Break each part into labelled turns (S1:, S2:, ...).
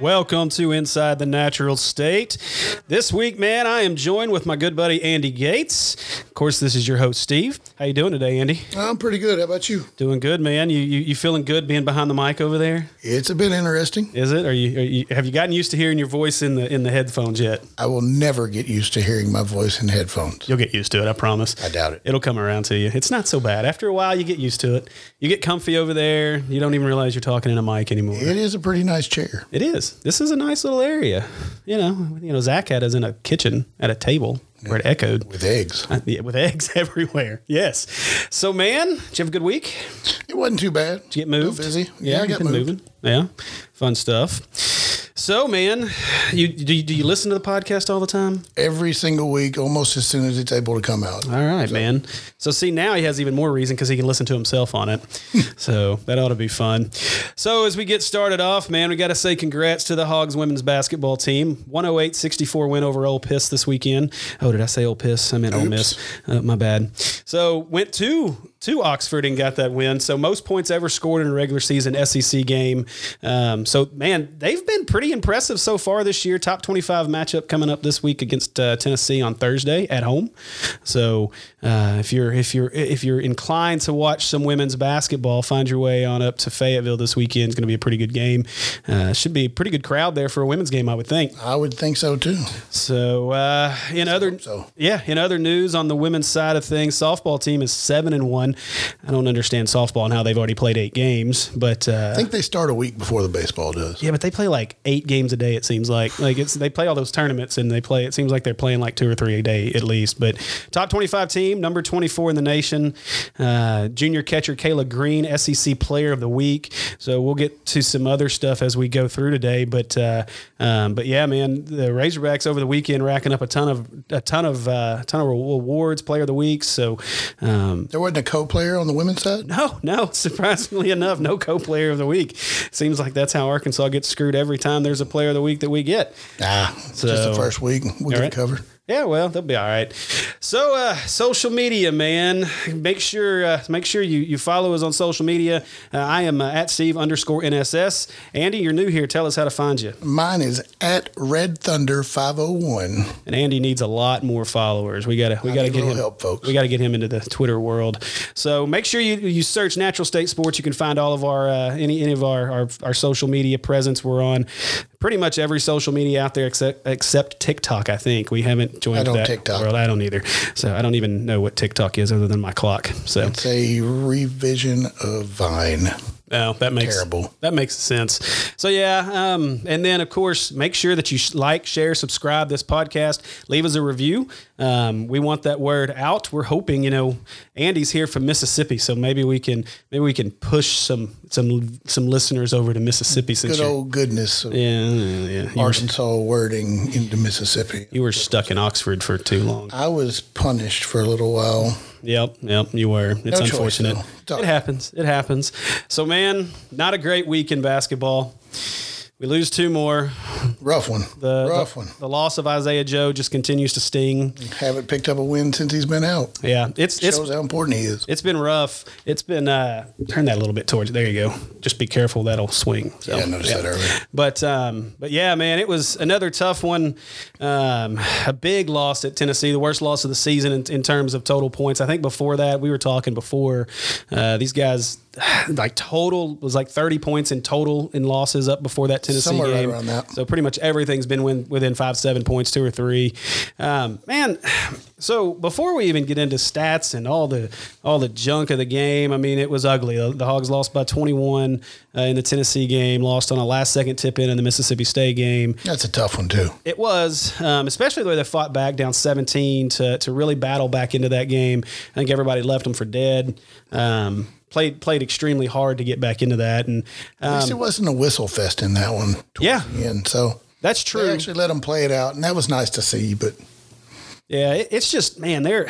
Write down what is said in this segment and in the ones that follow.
S1: Welcome to Inside the Natural State. This week, man, I am joined with my good buddy Andy Gates. Of course, this is your host Steve. How you doing today, Andy?
S2: I'm pretty good. How about you?
S1: Doing good, man. You you, you feeling good being behind the mic over there?
S2: It's been interesting.
S1: Is it? Are you, are you have you gotten used to hearing your voice in the in the headphones yet?
S2: I will never get used to hearing my voice in headphones.
S1: You'll get used to it, I promise.
S2: I doubt it.
S1: It'll come around to you. It's not so bad. After a while, you get used to it. You get comfy over there. You don't even realize you're talking in a mic anymore.
S2: It is a pretty nice chair.
S1: It is. This is a nice little area. You know, you know, Zach had us in a kitchen at a table where it echoed
S2: With eggs.
S1: Yeah, with eggs everywhere. Yes. So, man, did you have a good week?
S2: It wasn't too bad.
S1: Did you get moved?
S2: Still busy. Yeah, I
S1: you've
S2: got
S1: been
S2: moved.
S1: Yeah, fun stuff. So, man, you do, you do you listen to the podcast all the time?
S2: Every single week, almost as soon as it's able to come out.
S1: All right, man. So see now he has even more reason because he can listen to himself on it. so that ought to be fun. So as we get started off, man, we got to say congrats to the Hogs women's basketball team. 108-64 win over Ole Piss this weekend. Oh, did I say Ole Piss? I meant Ole Miss. Uh, my bad. So went to to Oxford and got that win. So most points ever scored in a regular season SEC game. Um, so man, they've been pretty impressive so far this year. Top 25 matchup coming up this week against uh, Tennessee on Thursday at home. So uh, if you're if you're if you're inclined to watch some women's basketball, find your way on up to Fayetteville this weekend. It's going to be a pretty good game. Uh, should be a pretty good crowd there for a women's game, I would think.
S2: I would think so too.
S1: So uh, in other
S2: so.
S1: yeah, in other news on the women's side of things, softball team is seven and one. I don't understand softball and how they've already played eight games, but uh,
S2: I think they start a week before the baseball does.
S1: yeah, but they play like eight games a day. It seems like like it's they play all those tournaments and they play. It seems like they're playing like two or three a day at least. But top twenty five team, number twenty four in the nation, uh, junior catcher Kayla Green, SEC Player of the Week. So we'll get to some other stuff as we go through today. But uh, um, but yeah, man, the Razorbacks over the weekend racking up a ton of a ton of uh, ton of awards, Player of the Week. So um,
S2: There wasn't a co-player on the women's side.
S1: no, no. Surprisingly enough, no co-player of the week. Seems like that's how Arkansas gets screwed every time there's a player of the week that we get.
S2: Nah, it's just
S1: So-
S2: the first week. We'll get
S1: right.
S2: it covered.
S1: Yeah, well, they'll be all right. So, uh, social media, man, make sure uh, make sure you, you follow us on social media. Uh, I am uh, at Steve underscore NSS. Andy, you're new here. Tell us how to find you.
S2: Mine is at Red Thunder 501.
S1: And Andy needs a lot more followers. We gotta we
S2: I
S1: gotta
S2: need a
S1: get
S2: little
S1: him
S2: help, folks.
S1: We gotta get him into the Twitter world. So make sure you you search Natural State Sports. You can find all of our uh, any any of our, our our social media presence. We're on pretty much every social media out there except except TikTok. I think we haven't joined
S2: I don't
S1: that
S2: TikTok.
S1: world. I don't either. So I don't even know what TikTok is other than my clock. So
S2: It's a revision of Vine.
S1: Oh, that makes
S2: Terrible.
S1: That makes sense. So yeah, um, and then of course, make sure that you sh- like, share, subscribe this podcast. Leave us a review. Um, we want that word out. We're hoping you know Andy's here from Mississippi, so maybe we can maybe we can push some some some listeners over to Mississippi since
S2: Good
S1: you're-
S2: old goodness of
S1: yeah yeah yeah. you were,
S2: Arkansas wording into Mississippi.
S1: you were stuck in Oxford for too long.
S2: I was punished for a little while.
S1: Yep, yep, you were. It's
S2: No choice,
S1: unfortunate.
S2: though. It's all
S1: it
S2: right.
S1: happens. It happens. So man, not a great week in basketball. We lose two more.
S2: Rough one.
S1: The,
S2: Rough
S1: the,
S2: one.
S1: the loss of Isaiah Joe just continues to sting.
S2: Haven't picked up a win since he's been out.
S1: Yeah, it's it's
S2: Shows how important he is.
S1: it's been rough. It's been uh, turn that a little bit towards. There you go. Just be careful. That'll swing. So,
S2: Yeah, I noticed that earlier.
S1: But um, but yeah, man, it was another tough one. Um, a big loss at Tennessee, the worst loss of the season in, in terms of total points. I think before that we were talking before uh, these guys like total was like 30 points in total in losses up before that Tennessee
S2: Somewhere right
S1: game.
S2: around that.
S1: So pretty much everything's been win, within five, seven points, two or three. Um, man, so before we even get into stats and all the all the junk of the game, I mean, it was ugly. The, the Hogs lost by 21 uh, in the Tennessee game, lost on a last second tip in in the Mississippi State game.
S2: That's a tough one too.
S1: It was, um, especially the way they fought back down 17 to, to really battle back into that game. I think everybody left them for dead. Um, played played extremely hard to get back into that, and
S2: At
S1: um,
S2: least it wasn't a whistle fest in that one. towards
S1: Yeah.
S2: the end. so
S1: that's
S2: they
S1: true.
S2: actually let him play it out, and that was nice to see. But
S1: Yeah, it, it's just man, they're.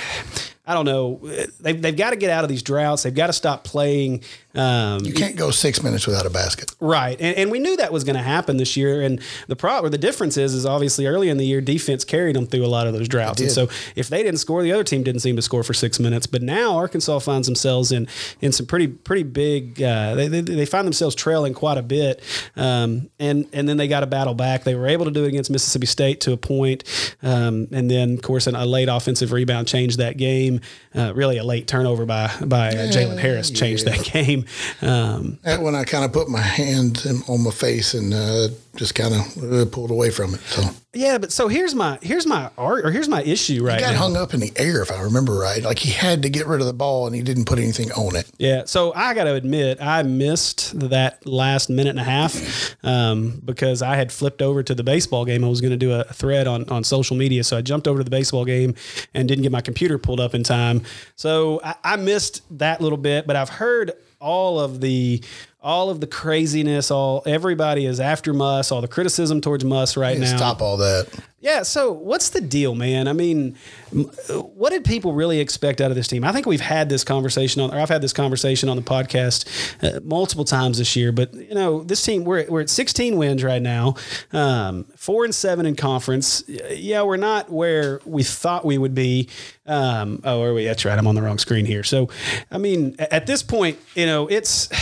S1: I don't know. They've, they've got to get out of these droughts. They've got to stop playing. Um,
S2: You can't go six minutes without a basket.
S1: Right, and, and we knew that was going to happen this year. And the problem, the difference is, is obviously early in the year defense carried them through a lot of those droughts. And
S2: did.
S1: so if they didn't score, the other team didn't seem to score for six minutes. But now Arkansas finds themselves in in some pretty pretty big. Uh, they, they they find themselves trailing quite a bit, um, and and then they got to battle back. They were able to do it against Mississippi State to a point, um, and then of course a late offensive rebound changed that game. Uh, really, a late turnover by by uh, Jalen Harris changed that game. Um,
S2: That one I kind of put my hand in- on my face and uh, just kind of uh, pulled away from it. So
S1: Yeah, but so here's my here's my art or here's my issue right
S2: he got
S1: now.
S2: hung up in the air, if I remember right. Like he had to get rid of the ball and he didn't put anything on it.
S1: Yeah, so I got to admit I missed that last minute and a half um, because I had flipped over to the baseball game. I was going to do a thread on on social media, so I jumped over to the baseball game and didn't get my computer pulled up in time. So I, I missed that little bit, but I've heard all of the all of the craziness. All everybody is after Muss. All the criticism towards Muss right now.
S2: Stop all that.
S1: Yeah, so what's the deal, man? I mean, m- what did people really expect out of this team? I think we've had this conversation on, or I've had this conversation on the podcast uh, multiple times this year. But you know, this team we're we're at 16 wins right now, um, four and seven in conference. Y- Yeah, we're not where we thought we would be. Um, oh, are we? That's right. I'm on the wrong screen here. So, I mean, a- at this point, you know, it's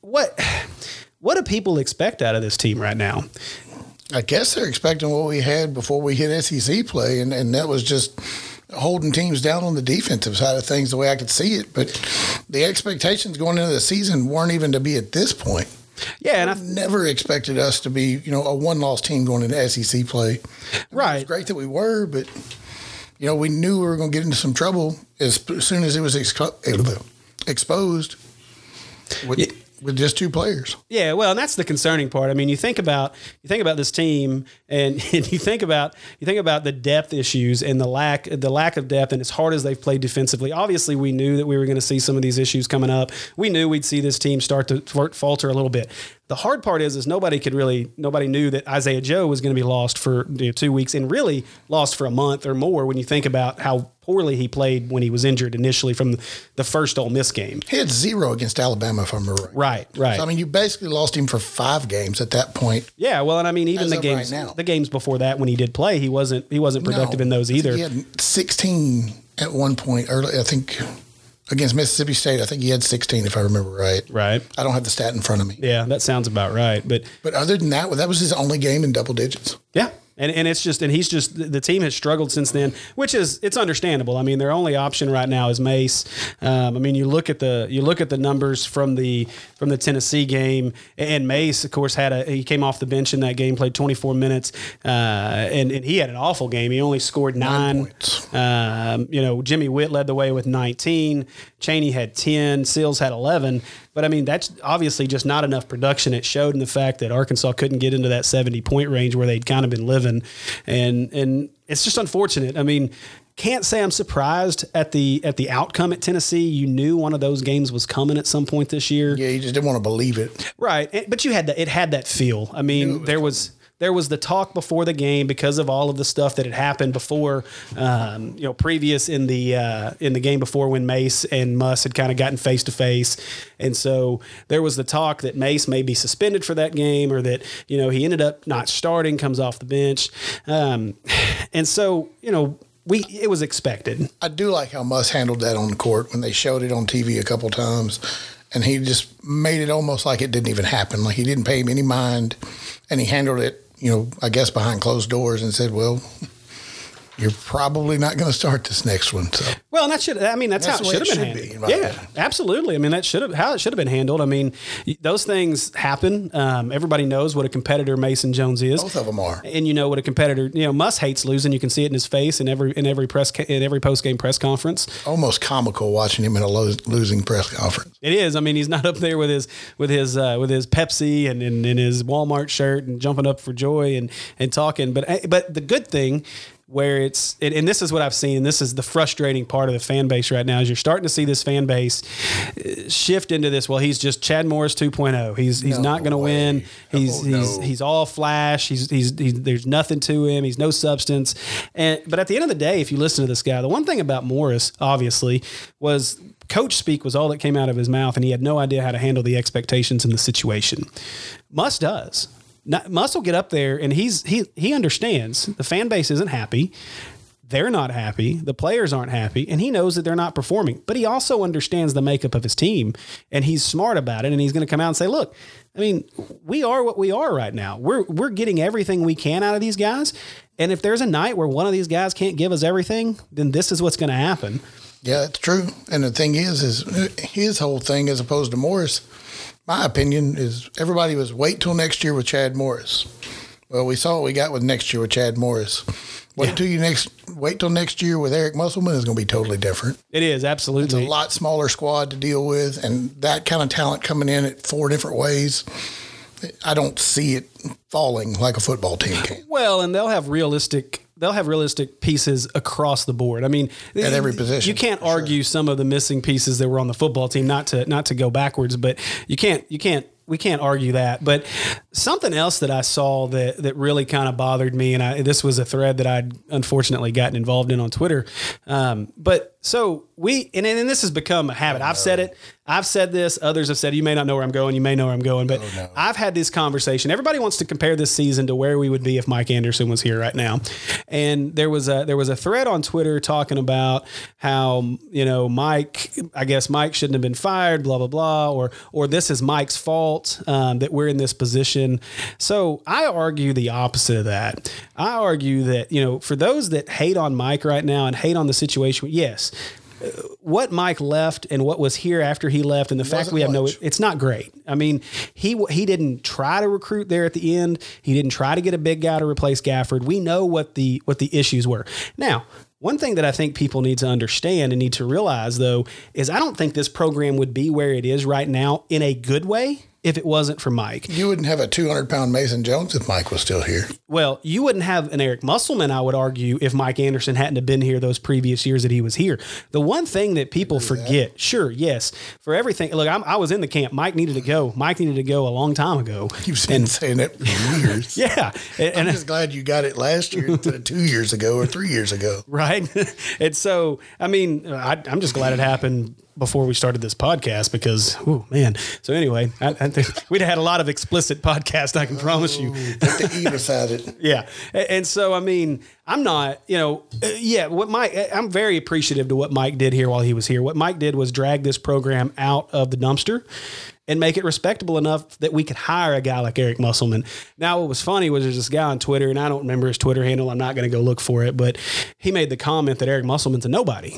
S1: what what do people expect out of this team right now?
S2: I guess they're expecting what we had before we hit SEC play, and, and that was just holding teams down on the defensive side of things the way I could see it. But the expectations going into the season weren't even to be at this point.
S1: Yeah, and I,
S2: Never expected us to be, you know, a one loss team going into SEC play.
S1: right.
S2: It's great that we were, but you know, we knew we were going to get into some trouble as, as soon as it was exco- exposed with with just two players.
S1: Yeah, well, and that's the concerning part. I mean, you think about you think about this team, and, and you think about you think about the depth issues and the lack the lack of depth, and as hard as they've played defensively. Obviously, we knew that we were going to see some of these issues coming up. We knew we'd see this team start to fal- falter a little bit. The hard part is, is nobody could really nobody knew that Isaiah Joe was going to be lost for you know, two weeks, and really lost for a month or more. When you think about how poorly he played when he was injured initially from the first Ole Miss game.
S2: He had zero against Alabama, if I'm right.
S1: Right, right.
S2: So, I mean, you basically lost him for five games at that point.
S1: Yeah, well, and I mean, even
S2: As
S1: the
S2: of right
S1: games
S2: now.
S1: the games before that when he did play, he wasn't he wasn't productive
S2: No.
S1: in those
S2: I think
S1: either.
S2: He had 16 at one point early. I think against Mississippi State, I think he had 16, if I remember right.
S1: Right?
S2: I don't have the stat in front of me.
S1: Yeah, that sounds about right. But
S2: But other than that, that was his only game in double digits.
S1: yeah. And, and it's just and he's just the- the team has struggled since then, which is it's understandable. I mean, their only option right now is Mace. Um, I mean, you look at the you look at the numbers from the from the Tennessee game, and Mace, of course, had a he came off the bench in that game, played 24 minutes, uh, and and he had an awful game. He only scored nine.
S2: points.
S1: Um, you know, Jimmy Witt led the way with 19. Cheney had 10. Seals had 11. But I mean, that's obviously just not enough production. It showed in the fact that Arkansas couldn't get into that 70 point range where they'd kind of been living, and and it's just unfortunate. I mean. Can't say I'm surprised at the at the outcome at Tennessee. You knew one of those games was coming at some point this year,
S2: Yeah, you just didn't want to believe it.
S1: right? And- but you had that it had that feel. I mean, there was there was the talk before the game because of all of the stuff that had happened before, um, you know, previous in the uh, in the game before when Mace and Muss had kind of gotten face to face, and so there was the talk that Mace may be suspended for that game or that you know he ended up not starting, comes off the bench, um, and so you know. We, it was expected.
S2: I do like how Muss handled that on the court when they showed it on TV a couple times. And he just made it almost like it didn't even happen. Like he didn't pay him any mind. And he handled it, you know, I guess behind closed doors and said, well, you're probably not going to start this next one. So
S1: Well, and that should, I mean, that's,
S2: That's
S1: how
S2: the
S1: it
S2: way
S1: should have
S2: it
S1: been
S2: should be, in
S1: handled.
S2: my
S1: yeah,
S2: opinion.
S1: absolutely. I mean, that should have, how it should have been handled. I mean, y- those things happen. Um, everybody knows what a competitor Mason Jones is.
S2: both of them are.
S1: And you know what a competitor, you know, Muss hates losing. You can see it in his face in every, in every press, in every post game press conference.
S2: Almost comical watching him in a lo- losing press conference.
S1: It is. I mean, he's not up there with his with his uh, with his Pepsi and in his Walmart shirt and jumping up for joy and and talking. But but the eh, good thing where it's and, and this is what I've seen. And this is the frustrating part of the fan base right now is you're starting to see this fan base uh, shift into this. Well, he's just Chad Morris 2.0. He's he's
S2: No
S1: not going to win.
S2: way.
S1: He's
S2: Oh,
S1: he's
S2: no.
S1: he's all flash. He's, he's he's there's nothing to him. He's no substance. And but at the end of the day, if you listen to this guy, the one thing about Morris obviously was coach speak was all that came out of his mouth, and he had no idea how to handle the expectations in the situation. Muss does. Not, Muss will get up there and he's he he understands the fan base isn't happy. They're not happy. The players aren't happy, and he knows that they're not performing. But he also understands the makeup of his team, and he's smart about it. And he's going to come out and say, "Look, I mean, we are what we are right now. We're we're getting everything we can out of these guys. And if there's a night where one of these guys can't give us everything, then this is what's going to happen."
S2: Yeah, it's true. And the thing is, is his whole thing as opposed to Morris. My opinion is everybody was wait till next year with Chad Morris. Well, we saw what we got with next year with Chad Morris. Wait till you next. Wait till next year with Eric Musselman is going to be totally different.
S1: It is
S2: It's
S1: absolutely
S2: a lot smaller squad to deal with, and that kind of talent coming in at four different ways. I don't see it falling like a football team can
S1: Well, and they'll have realistic they'll have realistic pieces across the board. I mean,
S2: At every position,
S1: You can't
S2: for sure.
S1: argue some of the missing pieces that were on the football team not to not to go backwards, but you can't you can't we can't argue that. But something else that I saw that that really kind of bothered me and I this was a thread that I'd unfortunately gotten involved in on Twitter. Um, but so we and, and this has become a habit.
S2: Oh,
S1: I've said it. I've said this. Others have said it. you may not know where I'm going. You may know where I'm going,
S2: Oh,
S1: but I've had this conversation. Everybody wants to compare this season to where we would be if Mike Anderson was here right now. And there was a there was a thread on Twitter talking about how you know Mike, I guess Mike shouldn't have been fired, blah blah blah, or or this is Mike's fault um, that we're in this position. So I argue the opposite of that. I argue that you know for those that hate on Mike right now and hate on the situation, yes. uh, What Mike left and what was here after he left, and the fact
S2: wasn't
S1: we have no,
S2: much.
S1: it's not great. I mean, he w- he didn't try to recruit there at the end. He didn't try to get a big guy to replace Gafford. We know what the what the issues were. Now, one thing that I think people need to understand and need to realize though is I don't think this program would be where it is right now in a good way if it wasn't for Mike.
S2: You wouldn't have a 200 pound Mason Jones if Mike was still here.
S1: Well, you wouldn't have an Eric Musselman, I would argue, if Mike Anderson hadn't have been here those previous years that he was here. The one thing that people forget, sure, yes, for everything. Look, I'm, I was in the camp. Mike needed to go. Mike needed to go a long time ago.
S2: You've been saying that for years.
S1: Yeah, and, and-
S2: I'm just glad you got it last year, instead of two years ago, or three years ago.
S1: right. and so, I mean, I, I'm just glad it happened before we started this podcast because, oh man. So anyway, I, I think we'd had a lot of explicit podcast. I can promise you.
S2: Put the E beside it.
S1: Yeah. A- And so, I mean, I'm not, you know, uh, yeah, what Mike, I'm very appreciative to what Mike did here while he was here. What Mike did was drag this program out of the dumpster and make it respectable enough that we could hire a guy like Eric Musselman. Now, what was funny was there's this guy on Twitter, and I don't remember his Twitter handle. I'm not going to go look for it, but he made the comment that Eric Musselman's a nobody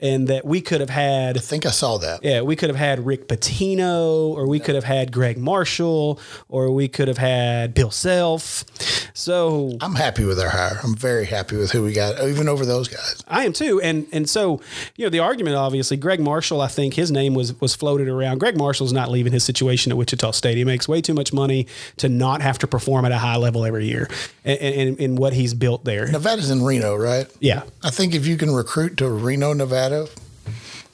S1: and that we could have had
S2: I think I saw that.
S1: yeah, we could have had Rick Patino, or we could have had Greg Marshall, or we could have had Bill Self. So
S2: I'm happy with our hire. I'm very happy with who we got, even over those guys.
S1: I am too, and and so you know the argument obviously. Greg Marshall, I think his name was was floated around. Greg Marshall's not leaving his situation at Wichita State. He makes way too much money to not have to perform at a high level every year, and and, and what he's built there.
S2: Nevada's in Reno, right?
S1: Yeah,
S2: I think if you can recruit to Reno, Nevada,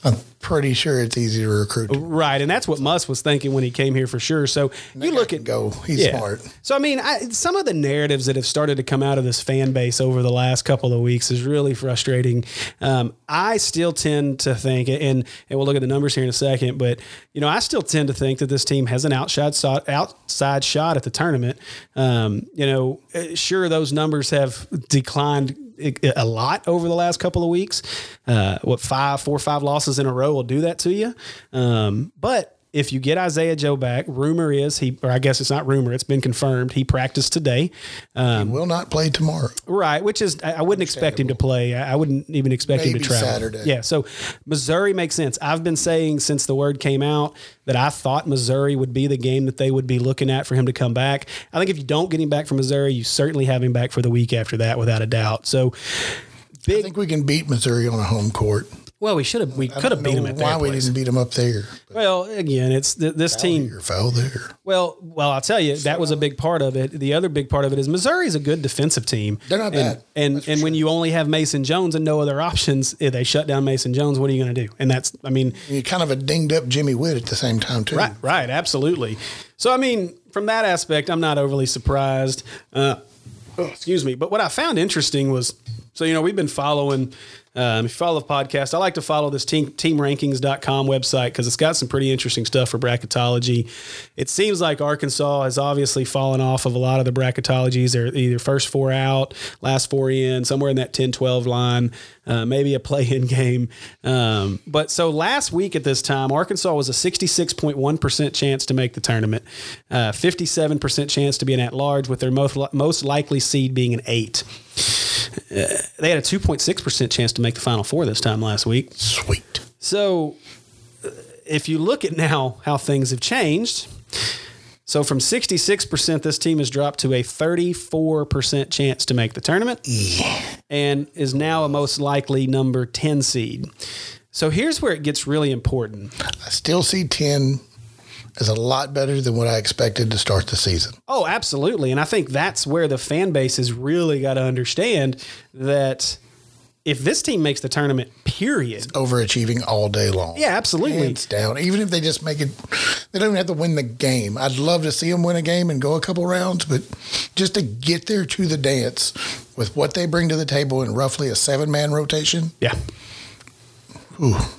S2: I'm pretty sure it's easy to recruit. To.
S1: right, and that's what Muss was thinking when he came here for sure. So you
S2: That
S1: look at
S2: guy can go. He's smart.
S1: So I mean, I, some of the narratives that have started to come out of this fan base over the last couple of weeks is really frustrating. Um, I still tend to think, and and we'll look at the numbers here in a second, but you know, I still tend to think that this team has an outside shot, outside shot at the tournament. Um, you know, eh, sure those numbers have declined i- a lot over the last couple of weeks. Uh, what five, four, or five losses in a row will do that to you. Um, but if you get Isaiah Joe back, rumor is he, or I guess it's not rumor, it's been confirmed he practiced today, um,
S2: Will not play tomorrow.
S1: right? Which is I, I wouldn't expect him to play. I, I wouldn't even expect him to
S2: Maybe
S1: travel.
S2: Saturday.
S1: Yeah. So Missouri makes sense. I've been saying since the word came out that I thought Missouri would be the game that they would be looking at for him to come back. I think if you don't get him back from Missouri, you certainly have him back for the week after that, without a doubt. So
S2: I think we can beat Missouri on a home court.
S1: Well, we should have. We
S2: I
S1: could have
S2: don't
S1: beat them
S2: know
S1: at
S2: why
S1: their
S2: we
S1: place.
S2: didn't beat them up there.
S1: Well, again, it's th- this team.
S2: Here, foul there.
S1: Well, well, I'll tell you that was a big part of it. The other big part of it is Missouri's a good defensive team.
S2: They're
S1: and,
S2: not bad.
S1: and and when you only have Mason Jones and no other options, if they shut down Mason Jones, what are you going to do? And that's, I mean,
S2: And you kind of a dinged up Jimmy Witt at the same time too.
S1: right, right, absolutely. So I mean, from that aspect, I'm not overly surprised. Uh, oh, excuse me, but what I found interesting was, so you know, we've been following. Um, if you follow the podcast, I like to follow this team, teamrankings.com website because it's got some pretty interesting stuff for bracketology. It seems like Arkansas has obviously fallen off of a lot of the bracketologies. They're either first four out, last four in, somewhere in that 10 12 line, uh, maybe a play in game. Um, but so last week at this time, Arkansas was a 66.1% chance to make the tournament, uh, 57% chance to be an at large, with their most, li- most likely seed being an eight. Uh, they had a 2.6% chance to make the final four this time last week.
S2: Sweet.
S1: So, uh, if you look at now how things have changed, so from 66%, this team has dropped to a 34% chance to make the tournament and is now a most likely number 10 seed. So, here's where it gets really important.
S2: I still see ten as a lot better than what I expected to start the season.
S1: Oh, absolutely. And I think that's where the fan base has really got to understand that if this team makes the tournament, period.
S2: Overachieving all day long.
S1: Yeah, absolutely.
S2: Hands down. Even if they just make it, they don't even have to win the game. I'd love to see them win a game and go a couple rounds, but just to get there to the dance with what they bring to the table in roughly a seven man rotation,
S1: Yeah.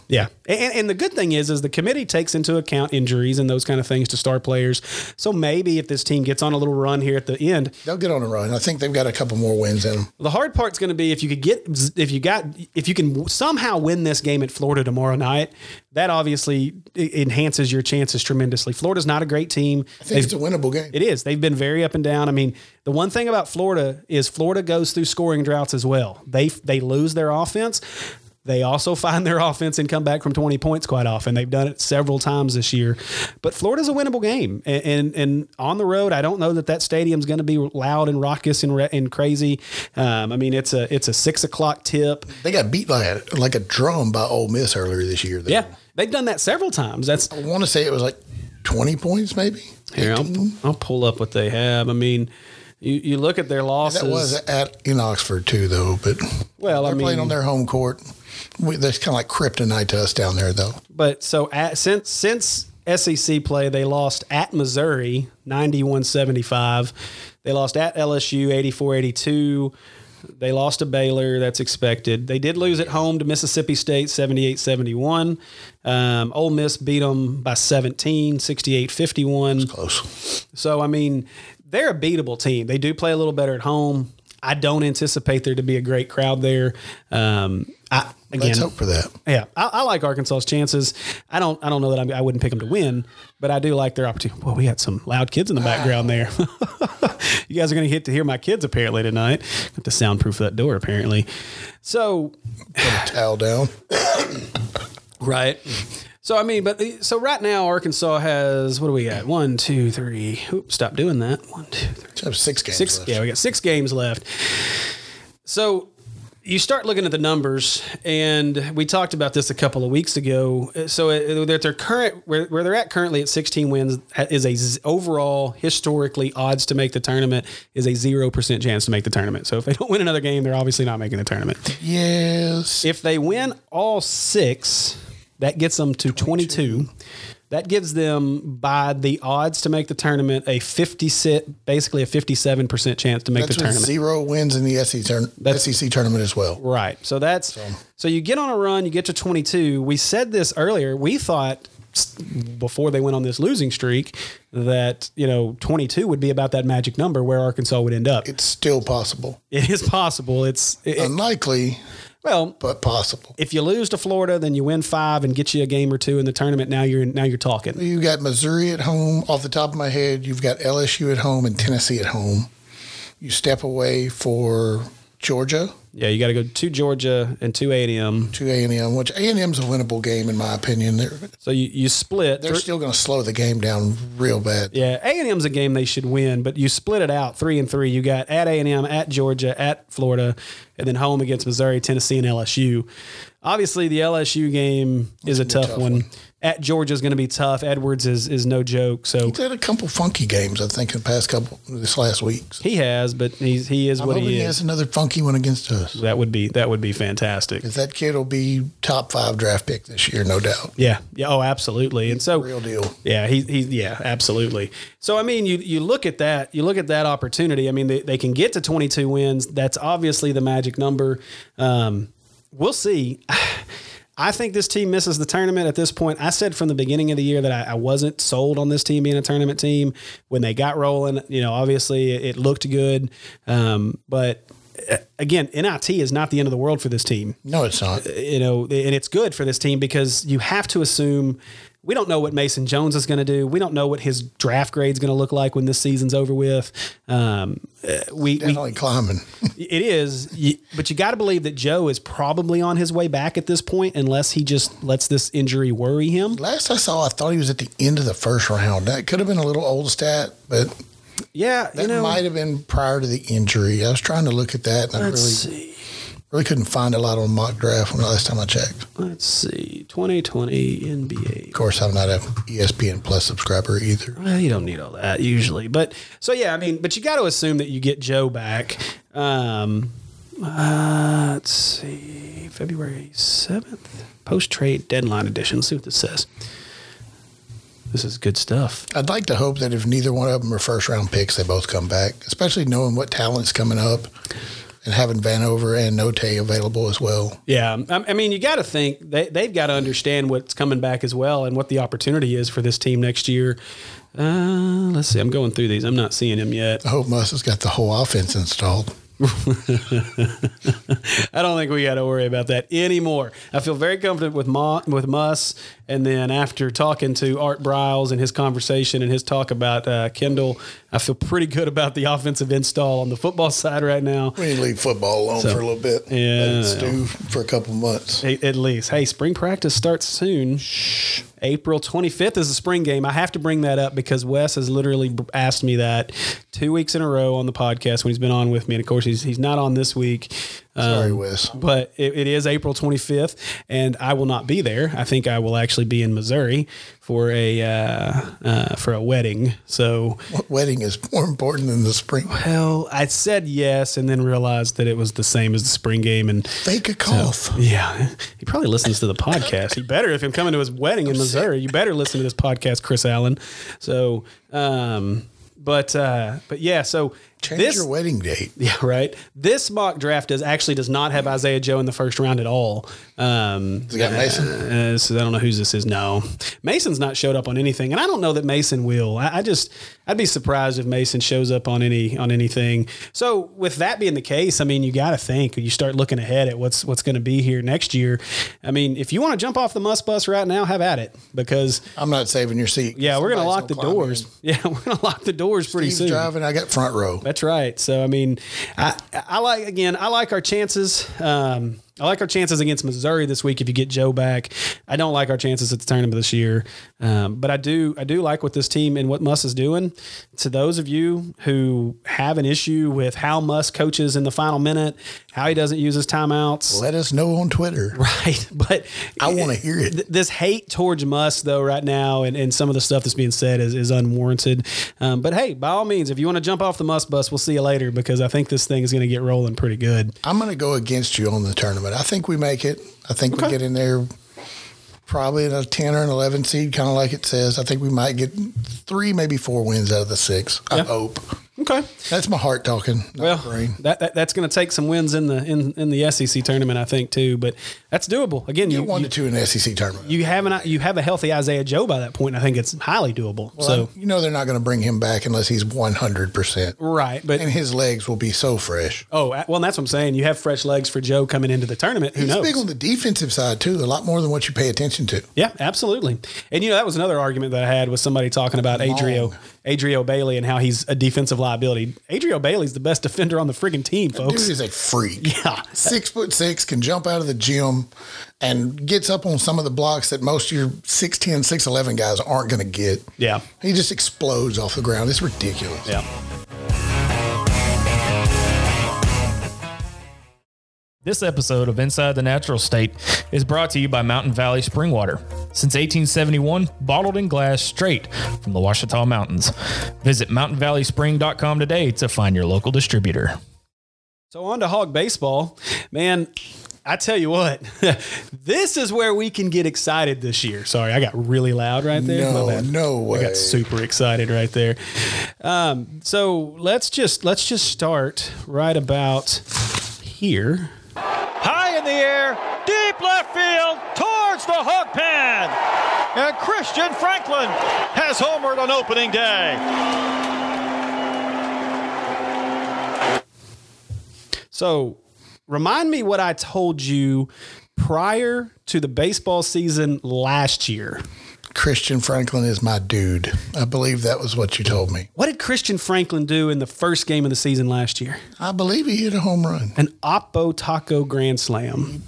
S1: Yeah, and, and the good thing is, is the committee takes into account injuries and those kind of things to star players. So maybe if this team gets on a little run here at the end,
S2: they'll get on a run. I think they've got a couple more wins in them.
S1: the hard part's going to be if you could get, if you got, if you can somehow win this game at Florida tomorrow night, that obviously e- enhances your chances tremendously. Florida's not a great team.
S2: I think it's a winnable game.
S1: It is. They've been very up and down. I mean, the one thing about Florida is Florida goes through scoring droughts as well. They they lose their offense. They also find their offense and come back from 20 points quite often. They've done it several times this year. But Florida's a winnable game. And and, and on the road, I don't know that that stadium's going to be loud and raucous and, re- and crazy. Um, I mean, it's a it's a six o'clock tip.
S2: They got beat like a, like a drum by Ole Miss earlier this year. though.
S1: Yeah, they've done that several times. That's
S2: I want to say it was like 20 points, maybe.
S1: here. I'll,
S2: 18?
S1: I'll pull up what they have. I mean, you, you look at their losses.
S2: That was at in Oxford too, though. But
S1: Well, I
S2: they're playing
S1: mean-
S2: on their home court. We, that's kind of like kryptonite to us down there, though.
S1: But so at, since since SEC play, they lost at Missouri 91-75. They lost at LSU 84-82. They lost to Baylor, that's expected. They did lose at home to Mississippi State 78-71. Um, Ole Miss beat them by 17, 68-51.
S2: Close.
S1: So I mean, they're a beatable team. They do play a little better at home. I don't anticipate there to be a great crowd there. Um, I, again,
S2: Let's hope for that.
S1: yeah, I, I like Arkansas's chances. I don't. I don't know that I'm, I wouldn't pick them to win, but I do like their opportunity. Well, we had some loud kids in the background there. you guys are going to get to hear my kids apparently tonight. Have to soundproof that door apparently. So
S2: Towel down.
S1: right. So I mean, but the- so right now Arkansas has what do we got? One, two, three. Oops, stop doing that. One, two, three.
S2: So Six games.
S1: Six.
S2: left.
S1: Yeah, we got six games left. So you start looking at the numbers, and we talked about this a couple of weeks ago. Uh, So uh, that their current where, where they're at currently at 16 wins ha- is a z- overall historically odds to make the tournament is a zero percent chance to make the tournament. So if they don't win another game, they're obviously not making the tournament.
S2: Yes.
S1: If they win all six, that gets them to 22. That gives them by the odds to make the tournament a 50 basically a 57% chance to make the
S2: That's with
S1: tournament.
S2: zero wins in the E SEC, turn, SEC tournament as well.
S1: Right. So that's so, you get on a run, you get to 22. We said this earlier. We thought s- before they went on this losing streak that, you know, 22 would be about that magic number where Arkansas would end up.
S2: It's still possible.
S1: It is possible. It's it-
S2: Um,
S1: it-
S2: Unlikely,
S1: well,
S2: but possible.
S1: if you lose to Florida, then you win 5 and get you a game or two in the tournament. Now you're now you're talking.
S2: You got Missouri at home. Off the top of my head, you've got LSU at home and Tennessee at home. You step away for Georgia.
S1: Yeah, you got to go to Georgia and to A&M.
S2: to A and M, which A and M's a winnable game in my opinion. They're
S1: So you, you split.
S2: they're
S1: thr-
S2: still going to slow the game down real bad.
S1: yeah, A&M's a game they should win, but you split it out three and three. You got at A&M, at Georgia, at Florida, and then home against Missouri, Tennessee, and LSU. Obviously, the LSU game is a tough, one. At Georgia is going to be tough. Edwards is is no joke. So
S2: He's had a couple funky games, I think, in the past couple this last week. So
S1: he has, but he's he is
S2: I'm
S1: what
S2: hoping
S1: he
S2: he
S1: is.
S2: has another funky one against us.
S1: That would be that would be fantastic.
S2: 'Cause That kid will be top five draft pick this year, no doubt.
S1: Yeah. Yeah. Oh, absolutely. And so
S2: Real deal.
S1: Yeah, he, he yeah, absolutely. So I mean, you you look at that, you look at that opportunity. I mean, they, they can get to 22 wins. That's obviously the magic number. Um, we'll see. I think this team misses the tournament at this point. I said from the beginning of the year that I, I wasn't sold on this team being a tournament team. When they got rolling, you know, obviously it, it looked good, um, but uh, again, NIT is not the end of the world for this team
S2: No, it's not.
S1: you know, and it's good for this team because you have to assume we don't know what Mason Jones is going to do. We don't know what his draft grade's going to look like when this season's over with. Um, uh, we, we
S2: Definitely climbing.
S1: it is, y- but you got to believe that Joe is probably on his way back at this point, unless he just lets this injury worry him.
S2: Last I saw, I thought he was at the end of the first round. That could have been a little old stat, but
S1: Yeah,
S2: that
S1: you know,
S2: might have been prior to the injury. I was trying to look at that, and I
S1: let's
S2: really,
S1: see.
S2: really couldn't find a lot on mock draft when the last time I checked.
S1: Let's see. 2020 NBA.
S2: Of course, I'm not a E ESPN Plus subscriber either.
S1: Well, you don't need all that usually, but so yeah, I mean, but you got to assume that you get Joe back. Um, uh, let's see, February seventh, post trade deadline edition. Let's see what this says. This is good stuff.
S2: I'd like to hope that if neither one of them are first round picks, they both come back, especially knowing what talent's coming up and having Vanover and Note available as well.
S1: Yeah, um, I, I mean, you got to think they they've got to understand what's coming back as well and what the opportunity is for this team next year. Uh, let's see. I'm going through these. I'm not seeing him yet.
S2: I hope Muss has got the whole offense installed.
S1: I don't think we got to worry about that anymore. I feel very confident with Ma, with Muss, and then after talking to Art Briles and his conversation and his talk about uh, Kendall, I feel pretty good about the offensive install on the football side right now.
S2: We need to leave football alone for a little bit. Let
S1: Yeah.
S2: it stew for a couple months.
S1: A- At least, hey, spring practice starts soon. April 25th is the spring game. I have to bring that up because Wes has literally b- asked me that two weeks in a row on the podcast when he's been on with me, and of course he's he's not on this week.
S2: Sorry, Wes.
S1: but it, it is April 25th, and I will not be there. I think I will actually be in Missouri for a uh, uh, for a wedding. So,
S2: What wedding is more important than the spring?
S1: hell, I said yes, and then realized that it was the same as the spring game, and
S2: Fake a cough.
S1: yeah, he probably listens to the podcast. He better if I'm coming to his wedding in Missouri. You better listen to this podcast, Chris Allen. So, um, but uh, but yeah, so
S2: Change
S1: this
S2: your wedding date.
S1: yeah, right. This mock draft does actually does not have Isaiah Joe in the first round at all. Um,
S2: They got Mason.
S1: uh, so I don't know whose this is. No, Mason's not showed up on anything, and I don't know that Mason will. I, I just I'd be surprised if Mason shows up on any on anything. So with that being the case, I mean you got to think you start looking ahead at what's what's going to be here next year. I mean if you want to jump off the must bus right now, have at it because
S2: I'm not saving your seat.
S1: yeah we're going to
S2: Somebody's
S1: lock the
S2: climb in.
S1: doors. Yeah, we're going to lock the doors pretty
S2: Steve's
S1: soon.
S2: driving. I got front row.
S1: That's right. So I mean, I, I like again. I like our chances. Um, I like our chances against Missouri this week. If you get Joe back, I don't like our chances at the tournament this year. Um, but I do. I do like what this team and what Muss is doing. To those of you who have an issue with how Muss coaches in the final minute, how he doesn't use his timeouts,
S2: Let us know on Twitter.
S1: right? But
S2: I want to hear it.
S1: th- this hate towards Musk though right now and, and some of the stuff that's being said is, is unwarranted um, but hey by all means if you want to jump off the Musk bus we'll see you later because I think this thing is going to get rolling pretty good
S2: I'm going to go against you on the tournament. I think we make it. I think we get in there probably in a 10 or an 11 seed, kind of like it says. I think we might get three, maybe four wins out of the six. I hope.
S1: okay
S2: That's my heart talking. Not
S1: well
S2: brain.
S1: that, that that's going to take some wins in the in, in the SEC tournament I think too but that's doable again you
S2: Get one
S1: you,
S2: to two in the SEC tournament.
S1: you have an you have a healthy Isaiah Joe by that point and I think it's highly doable so
S2: you know they're not going to bring him back unless he's 100%.
S1: right but
S2: And his legs will be so fresh.
S1: oh well that's what I'm saying you have fresh legs for Joe coming into the tournament who
S2: He's
S1: knows
S2: big on the defensive side, too, a lot more than what you pay attention to.
S1: Yeah, absolutely. And you know that was another argument that I had with somebody talking about Adrio Adriel Bailey and how he's a defensive liability. Adriel Bailey's the best defender on the friggin' team,
S2: Dude
S1: folks.
S2: is a freak.
S1: Yeah.
S2: Six foot six, can jump out of the gym and gets up on some of the blocks that most of your 6'10, 6'11 guys aren't going to get.
S1: Yeah.
S2: He just explodes off the ground. It's ridiculous.
S1: Yeah.
S3: This episode of Inside the Natural State is brought to you by Mountain Valley Spring Water. Since 1871, bottled in glass straight from the Washita Mountains. Visit mountainvalleyspring.com today to find your local distributor.
S1: So on to Hog Baseball. Man, I tell you what, this is where we can get excited this year. Sorry, I got really loud right there. My
S2: No,
S1: bad.
S2: no way.
S1: I got super excited right there. Um, so let's just let's just start right about here.
S4: High in the air, deep left field, towards the hog pad. And Christian Franklin has homered on opening day.
S1: So remind me what I told you prior to the baseball season last year.
S2: Christian Franklin is my dude. I believe that was what you told me.
S1: What did Christian Franklin do in the first game of the season last year?
S2: I believe he hit a home run.
S1: An Oppo Taco Grand Slam.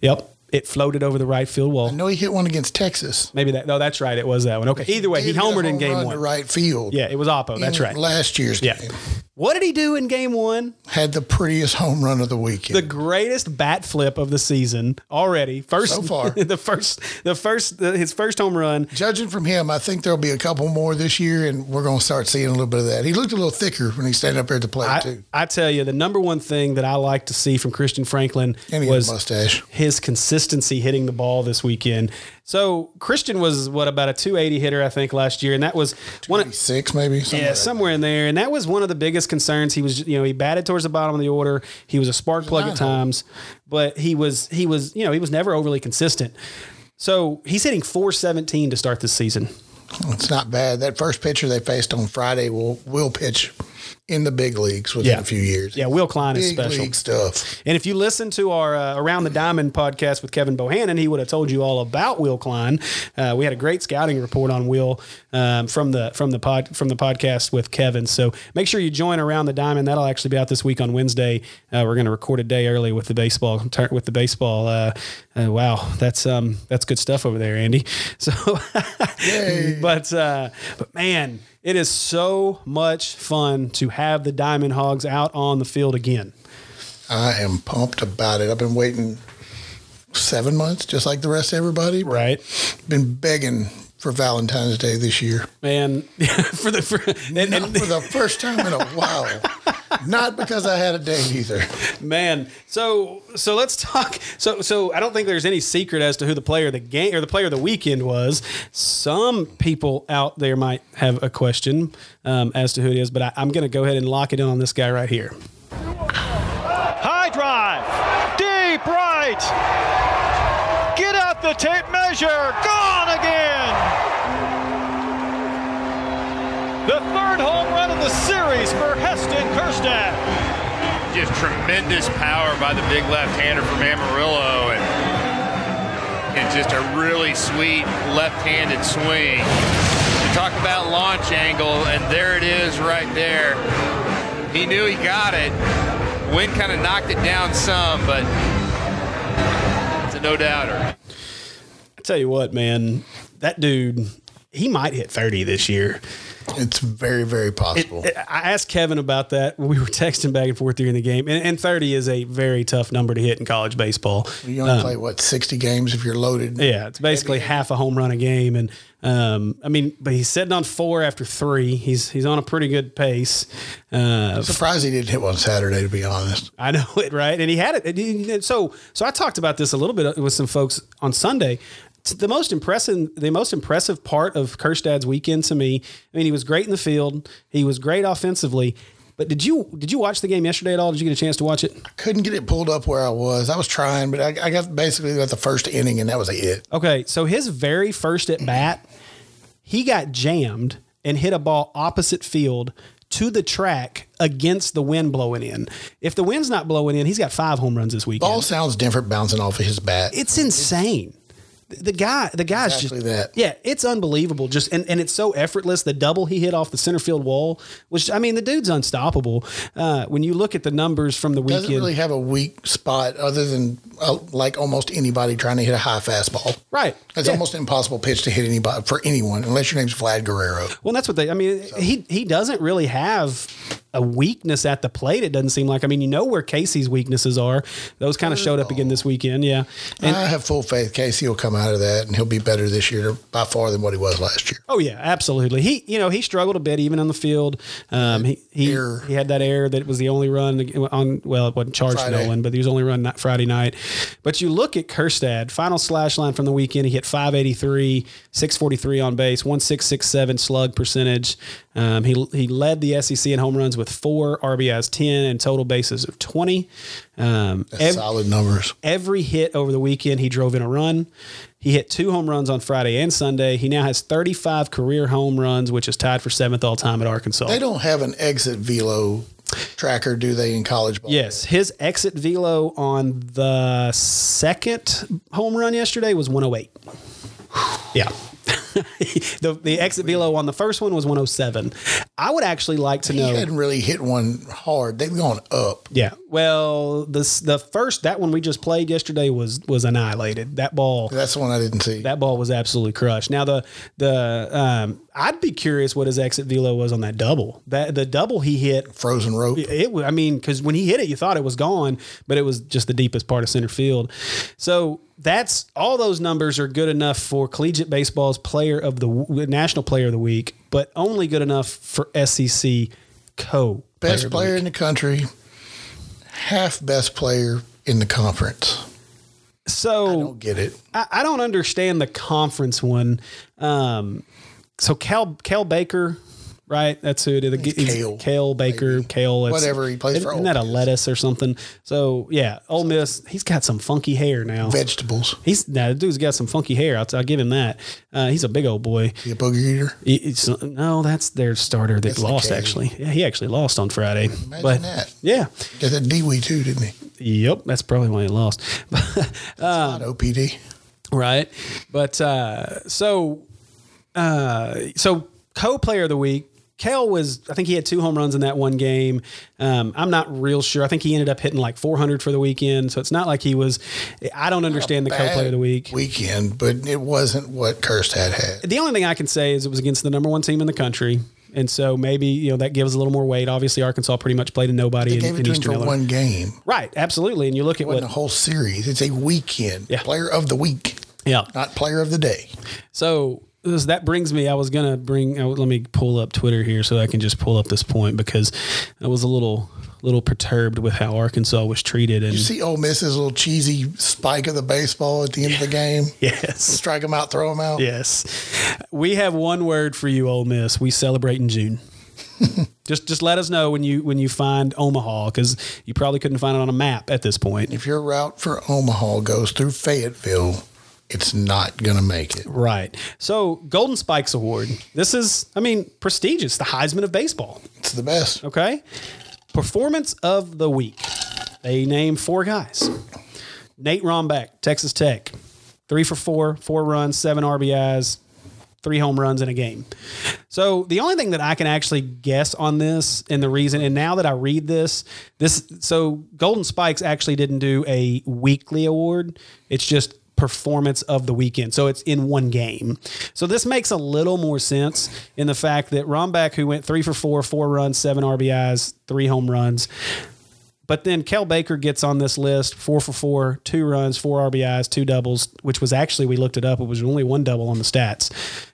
S1: Yep. It floated over the right field
S2: I
S1: wall.
S2: know he hit one against Texas.
S1: Maybe that. No, that's right. It was that one. Okay. Either way, he
S2: Did hit a
S1: homered in
S2: home
S1: game
S2: run to
S1: one.
S2: right field.
S1: Yeah, it was Oppo. That's
S2: In
S1: right.
S2: Last year's
S1: Yeah.
S2: game
S1: What did he do in game one?
S2: had the prettiest home run of the weekend.
S1: The greatest bat flip of the season already. First
S2: So far.
S1: the first, the first, the, his first home run.
S2: Judging from him, I think there'll be a couple more this year, and we're going to start seeing a little bit of that. He looked a little thicker when he standing up there at the plate
S1: I,
S2: too,
S1: I tell you, the number one thing that I like to see from Christian Franklin
S2: and he
S1: was
S2: had a mustache.
S1: his consistency hitting the ball this weekend. So Christian was what about a 280 hitter I think last year, and that was one. Of,
S2: Six maybe. something
S1: yeah,
S2: like that.
S1: somewhere in there, and that was one of the biggest concerns. He was, you know, he batted towards the bottom of the order. He was a spark plug at
S2: nine hole.
S1: times, but he was, he was, you know, he was never overly consistent. So he's hitting 417 to start this season.
S2: It's not bad. That first pitcher they faced on Friday will will pitch in the big leagues within
S1: Yeah.
S2: a few years.
S1: Yeah, Will Klein is
S2: big
S1: special.
S2: league stuff.
S1: And if you listen to our uh, Around the Diamond podcast with Kevin Bohannon, he would have told you all about Will Klein. Uh, we had a great scouting report on Will um, from the from the pod from the podcast with Kevin. So make sure you join Around the Diamond. That'll actually be out this week on Wednesday. Uh, we're going to record a day early with the baseball tur- with the baseball. Uh, uh, wow, that's um that's good stuff over there, Andy. So, but uh, but man. It is so much fun to have the Diamond Hogs out on the field again.
S2: I am pumped about it. I've been waiting seven months, just like the rest of everybody.
S1: Right.
S2: Been begging for Valentine's Day this year.
S1: man for the for, and,
S2: Not
S1: and-
S2: for the first time in a while. Not because I had a date either.
S1: man so so let's talk so so i don't think there's any secret as to who the player of the game or the player of the weekend was some people out there might have a question um, as to who it is but I, i'm going to go ahead and lock it in on this guy right here
S4: High drive, deep right. Get out the tape measure, gone again. The third home run of the series for Heston Kerstad.
S5: just tremendous power by the big left-hander from Amarillo, and and just a really sweet left-handed swing. You talk about launch angle, and there it is right there. He knew he got it. Wind kind of knocked it down some, but it's a no-doubter.
S1: i tell you what man that dude he might hit 30 this year
S2: It's very, very possible.
S1: I asked Kevin about that when we were texting back and forth during the game, and, and 30 is a very tough number to hit in college baseball.
S2: you only play what sixty games if you're loaded.
S1: Yeah, um, it's basically half a home run a game, and um, I mean, but he's sitting on four after three. He's he's on a pretty good pace. Uh,
S2: Surprised he didn't hit one Saturday, to be honest.
S1: I know it, right? And he had it. And he- and so so I talked about this a little bit with some folks on Sunday. It's The most impressive, the most impressive part of Kerstad's weekend to me. I mean, he was great in the field. He was great offensively. But did you did you watch the game yesterday at all? Did you get a chance to watch it?
S2: Couldn't get it pulled up where I was. I was trying, but I, I got basically got the first inning, and that was it.
S1: Okay, so his very first at bat, he got jammed and hit a ball opposite field to the track against the wind blowing in. If the wind's not blowing in, he's got five home runs this weekend.
S2: Ball sounds different bouncing off of his bat.
S1: It's insane. The guy, the guy's just
S2: Exactly that.
S1: yeah, it's unbelievable. Just and, and it's so effortless. The double he hit off the center field wall, which I mean, the dude's unstoppable. Uh, when you look at the numbers from the
S2: Doesn't
S1: weekend,
S2: really have a weak spot other than uh, like almost anybody trying to hit a high fastball.
S1: right?
S2: It's
S1: Yeah.
S2: almost an impossible pitch to hit anybody for anyone unless your name's Vlad Guerrero.
S1: Well, that's what they. I mean, he he doesn't really have a weakness at the plate. It doesn't seem like. I mean, you know where Casey's weaknesses are. Those kind of showed up again this weekend. Yeah, and
S2: I have full faith Casey will come out of that and he'll be better this year by far than what he was last year.
S1: oh yeah, absolutely. He you know he struggled a bit even on the field. Um, he he,
S2: Error.
S1: he had that error that was the only run on. Well, it wasn't charged
S2: Friday.
S1: no one, but he was only run that Friday night. But you look at Kerstad final slash line from the weekend. He hit 583, 643 on base, 1667 slug percentage. Um, he he led the SEC in home runs with four RBIs, ten, and total bases of twenty. Um, ev-
S2: Solid numbers.
S1: every hit over the weekend he drove in a run he hit two home runs on friday and sunday he now has 35 career home runs which is tied for seventh all time at arkansas
S2: They don't have an exit velo tracker, do they, in college ball?
S1: yes his exit velo on the second home run yesterday was 108 yeah the, the exit velo on the first one was 107 i would actually like to
S2: He
S1: know
S2: hadn't really hit one hard. They've gone up.
S1: yeah well this the first that one we just played yesterday was was annihilated that ball
S2: That's the one I didn't see.
S1: That ball was absolutely crushed. Now the the um, I'd be curious what his exit velo was on that double. That the double he hit.
S2: Frozen rope.
S1: It wa- I mean, because when he hit it, you thought it was gone, but it was just the deepest part of center field. So that's all those numbers are good enough for collegiate baseball's player of the w- national player of the week, but only good enough for E SEC co
S2: Best player in the country, half best player in the conference.
S1: So
S2: Don't get it.
S1: I, I don't understand the conference one. Um, so Cal Cal Baker, right? That's who it is. He's
S2: Cale,
S1: Cale Baker, Cale. it's-
S2: Whatever, he plays for
S1: Isn't
S2: Ole
S1: that a
S2: Miss.
S1: lettuce or something? So yeah, Ole Miss. He's got some funky hair now.
S2: Vegetables.
S1: He's now the dude's got some funky hair. I'll, I'll give him that. Uh, he's a big old boy.
S2: Be a booger eater.
S1: He- It's, no, that's their starter that
S2: the
S1: lost.
S2: Cale.
S1: Actually, yeah, he actually lost on Friday.
S2: Imagine
S1: but
S2: that.
S1: yeah,
S2: Did that Dewey too, didn't he?
S1: yep, that's probably why he lost. Uh,
S2: Not OPD.
S1: right? But uh, so, uh, so co-player of the week, Kale was. I think he had two home runs in that one game. Um, I'm not real sure. I think he ended up hitting like 400 for the weekend. So it's not like he was. I don't understand the co-player of the week.
S2: Weekend, but it wasn't what Kirst had had.
S1: The only thing I can say is it was against the number one team in the country. And so maybe you know that gives a little more weight. Obviously, Arkansas pretty much played a nobody
S2: They
S1: in,
S2: gave
S1: in
S2: it to him
S1: Eastern
S2: for
S1: Illinois.
S2: one game.
S1: Right, absolutely. And you look at
S2: Wasn't a
S1: what,
S2: whole series. It's a weekend.
S1: Yeah. Mm-hmm.
S2: Player of the week,
S1: yeah.
S2: not player of the day.
S1: So this, that brings me. I was gonna bring. I would- let me pull up Twitter here so I can just pull up this point because I was a little little perturbed with how Arkansas was treated. And
S2: You see Ole Miss's little cheesy spike of the baseball at the end of the game.
S1: yes,
S2: Strike him out, throw him out.
S1: yes, we have one word for you, Ole Miss. We celebrate in June. just just let us know when you when you find Omaha because you probably couldn't find it on a map at this point.
S2: If your route for Omaha goes through Fayetteville, it's not going to make it.
S1: Right. So Golden Spikes Award. This is, I mean, prestigious. The Heisman of baseball.
S2: It's the best.
S1: Okay. Performance of the week. They name four guys. Nate Romback, Texas Tech. Three for four, four runs, seven RBIs, three home runs in a game. So the only thing that I can actually guess on this and the reason, and now that I read this, this so Golden Spikes actually didn't do a weekly award. It's just performance of the weekend. So it's in one game. So this makes a little more sense in the fact that Romback, who went three for four, four runs, seven RBIs, three home runs, but then Kel Baker gets on this list four for four, two runs, four RBIs, two doubles, which was actually, we looked it up, it was only one double on the stats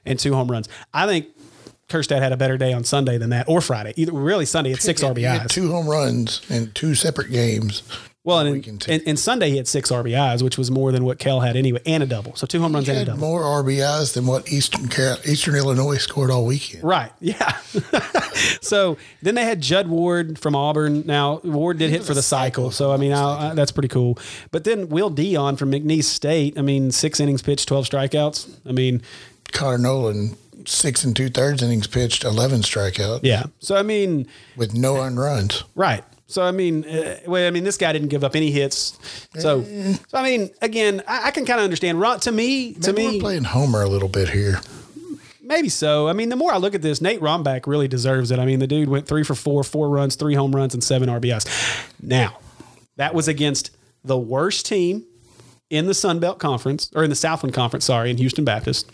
S1: and two home runs. I think Kerstad had a better day on Sunday than that or Friday. Either really Sunday, it's six
S2: He had
S1: RBIs.
S2: two home runs in two separate games.
S1: well, and,
S2: can take-
S1: and, and Sunday he had six RBIs, which was more than what Kel had anyway, and a double. So two home runs
S2: He
S1: and a
S2: had
S1: double.
S2: more RBIs than what Eastern Car- Eastern Illinois scored all weekend.
S1: Right. Yeah. so then they had Judd Ward from Auburn. Now Ward did hit for the cycle, so I mean I, I, that's pretty cool. But then Will Dion from McNeese State. I mean, six innings pitched, twelve strikeouts. I mean,
S2: Connor Nolan, six and two thirds innings pitched, 11 strikeouts
S1: yeah. So I mean,
S2: with no earned runs.
S1: right. So I mean, uh, well, I mean, this guy didn't give up any hits. So, so I mean, again, I, I can kind of understand. Ron, to me, to
S2: Maybe
S1: me,
S2: we're playing Homer a little bit here.
S1: Maybe so. I mean, the more I look at this, Nate Romback really deserves it. I mean, the dude went three for four, four runs, three home runs, and seven RBIs. Now, that was against the worst team in the Sun Belt Conference, or in the Southland Conference, sorry, in Houston Baptist,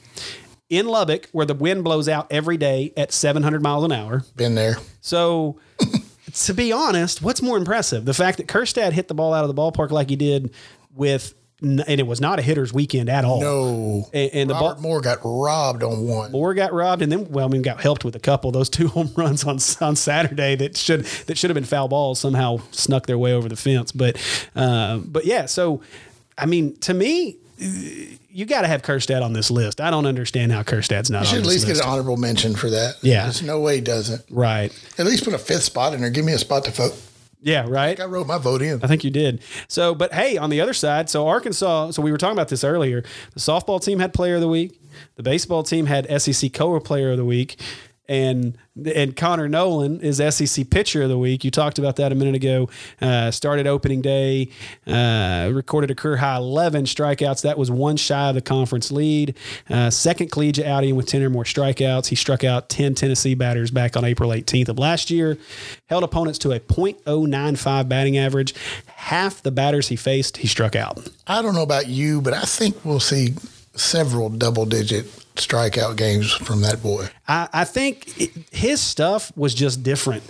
S1: in Lubbock, where the wind blows out every day at 700 miles an hour.
S2: Been there.
S1: So, to be honest, what's more impressive? The fact that Kerstad hit the ball out of the ballpark like he did with, and it was not a hitter's weekend at all.
S2: No.
S1: And, and the ball,
S2: Robert Moore got robbed on one.
S1: Moore got robbed, and then well, I mean, got helped with a couple. Those two home runs on on Saturday that should that should have been foul balls somehow snuck their way over the fence. But uh, but yeah, so I mean, to me, you got to have Kerstad on this list. I don't understand how Kerstad's not.
S2: You should
S1: on
S2: at
S1: this
S2: least
S1: list.
S2: get an honorable mention for that.
S1: Yeah.
S2: There's no way he doesn't.
S1: right.
S2: At least put a fifth spot in there. Give me a spot to vote.
S1: Yeah, right.
S2: I wrote my vote in.
S1: I think you did. So, but hey, on the other side, so Arkansas, so we were talking about this earlier. The softball team had player of the week, the baseball team had SEC co player of the week, and and Connor Nolan is SEC pitcher of the week. You talked about that a minute ago. Uh, started opening day, uh, recorded a career high 11 strikeouts. That was one shy of the conference lead. Uh, second collegiate outing with 10 or more strikeouts. He struck out 10 Tennessee batters back on April 18th of last year. Held opponents to a .095 batting average. Half the batters he faced, he struck out.
S2: I don't know about you, but I think we'll see several double digit strikeout games from that boy.
S1: I, I think it, his stuff was just different.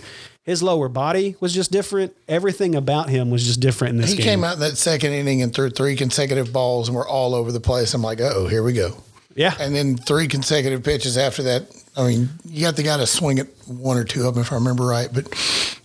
S1: His lower body was just different. Everything about him was just different in this
S2: He
S1: game.
S2: came out in that second inning and threw three consecutive balls and we're all over the place. I'm like, oh, here we go.
S1: yeah.
S2: And then three consecutive pitches after that. I mean, you got the guy to swing at one or two of them, if I remember right, but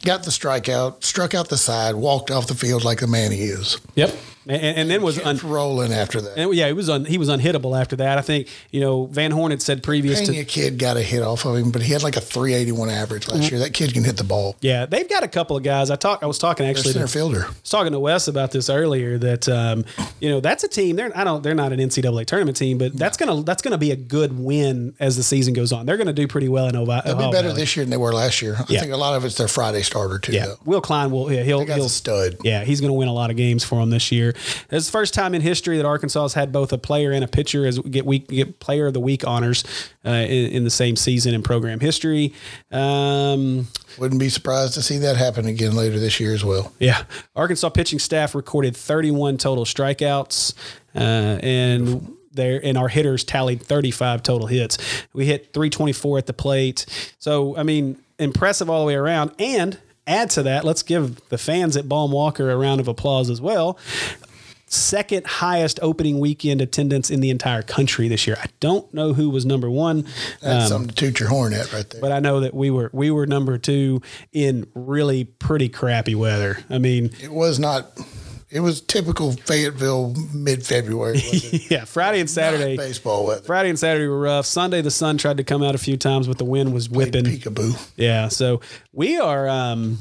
S2: got the strikeout, struck out the side, walked off the field like the man he is.
S1: yep. And, and, and then was un-
S2: Kept rolling after that.
S1: And yeah, he was un, he was unhittable after that. I think you know Van Horn had said previous
S2: Pena
S1: to
S2: kid got a hit off of him, but he had like a 381 average
S1: Mm-hmm.
S2: last year. That kid can hit the ball.
S1: yeah they've got a couple of guys. I talk I was talking actually to,
S2: Center
S1: I
S2: fielder.
S1: was talking to Wes about this earlier that um, you know that's a team they're I don't they're not an NCAA tournament team but that's gonna that's gonna be a good win as the season goes on. They're gonna do pretty well in Ohio.
S2: They'll be better
S1: Valley.
S2: this year than they were last year. I
S1: Oh, Yeah.
S2: think a lot of it's their Friday starter too.
S1: Yeah,
S2: though.
S1: Will Klein will yeah, he'll
S2: That guy's
S1: he'll
S2: a stud.
S1: Yeah, he's going to win a lot of games for them this year. It's the first time in history that Arkansas has had both a player and a pitcher as get week get player of the week honors uh, in, in the same season in program history. Um,
S2: Wouldn't be surprised to see that happen again later this year as well.
S1: yeah, Arkansas pitching staff recorded 31 total strikeouts, uh, and there and our hitters tallied 35 total hits. We hit 324 at the plate, so I mean, impressive all the way around. And add to that, let's give the fans at Baum Walker a round of applause as well. Second highest opening weekend attendance in the entire country this year. I don't know who was number one. uh,
S2: That's something to toot your horn at right there.
S1: Um, But I know that we were we were number two in really pretty crappy weather. I mean,
S2: it was not. It was typical Fayetteville mid-February wasn't it?
S1: yeah, Friday and Saturday.
S2: baseball weather.
S1: Friday and Saturday were rough. Sunday the sun tried to come out a few times, but the wind was whipping.
S2: Peekaboo.
S1: Yeah, so we are um,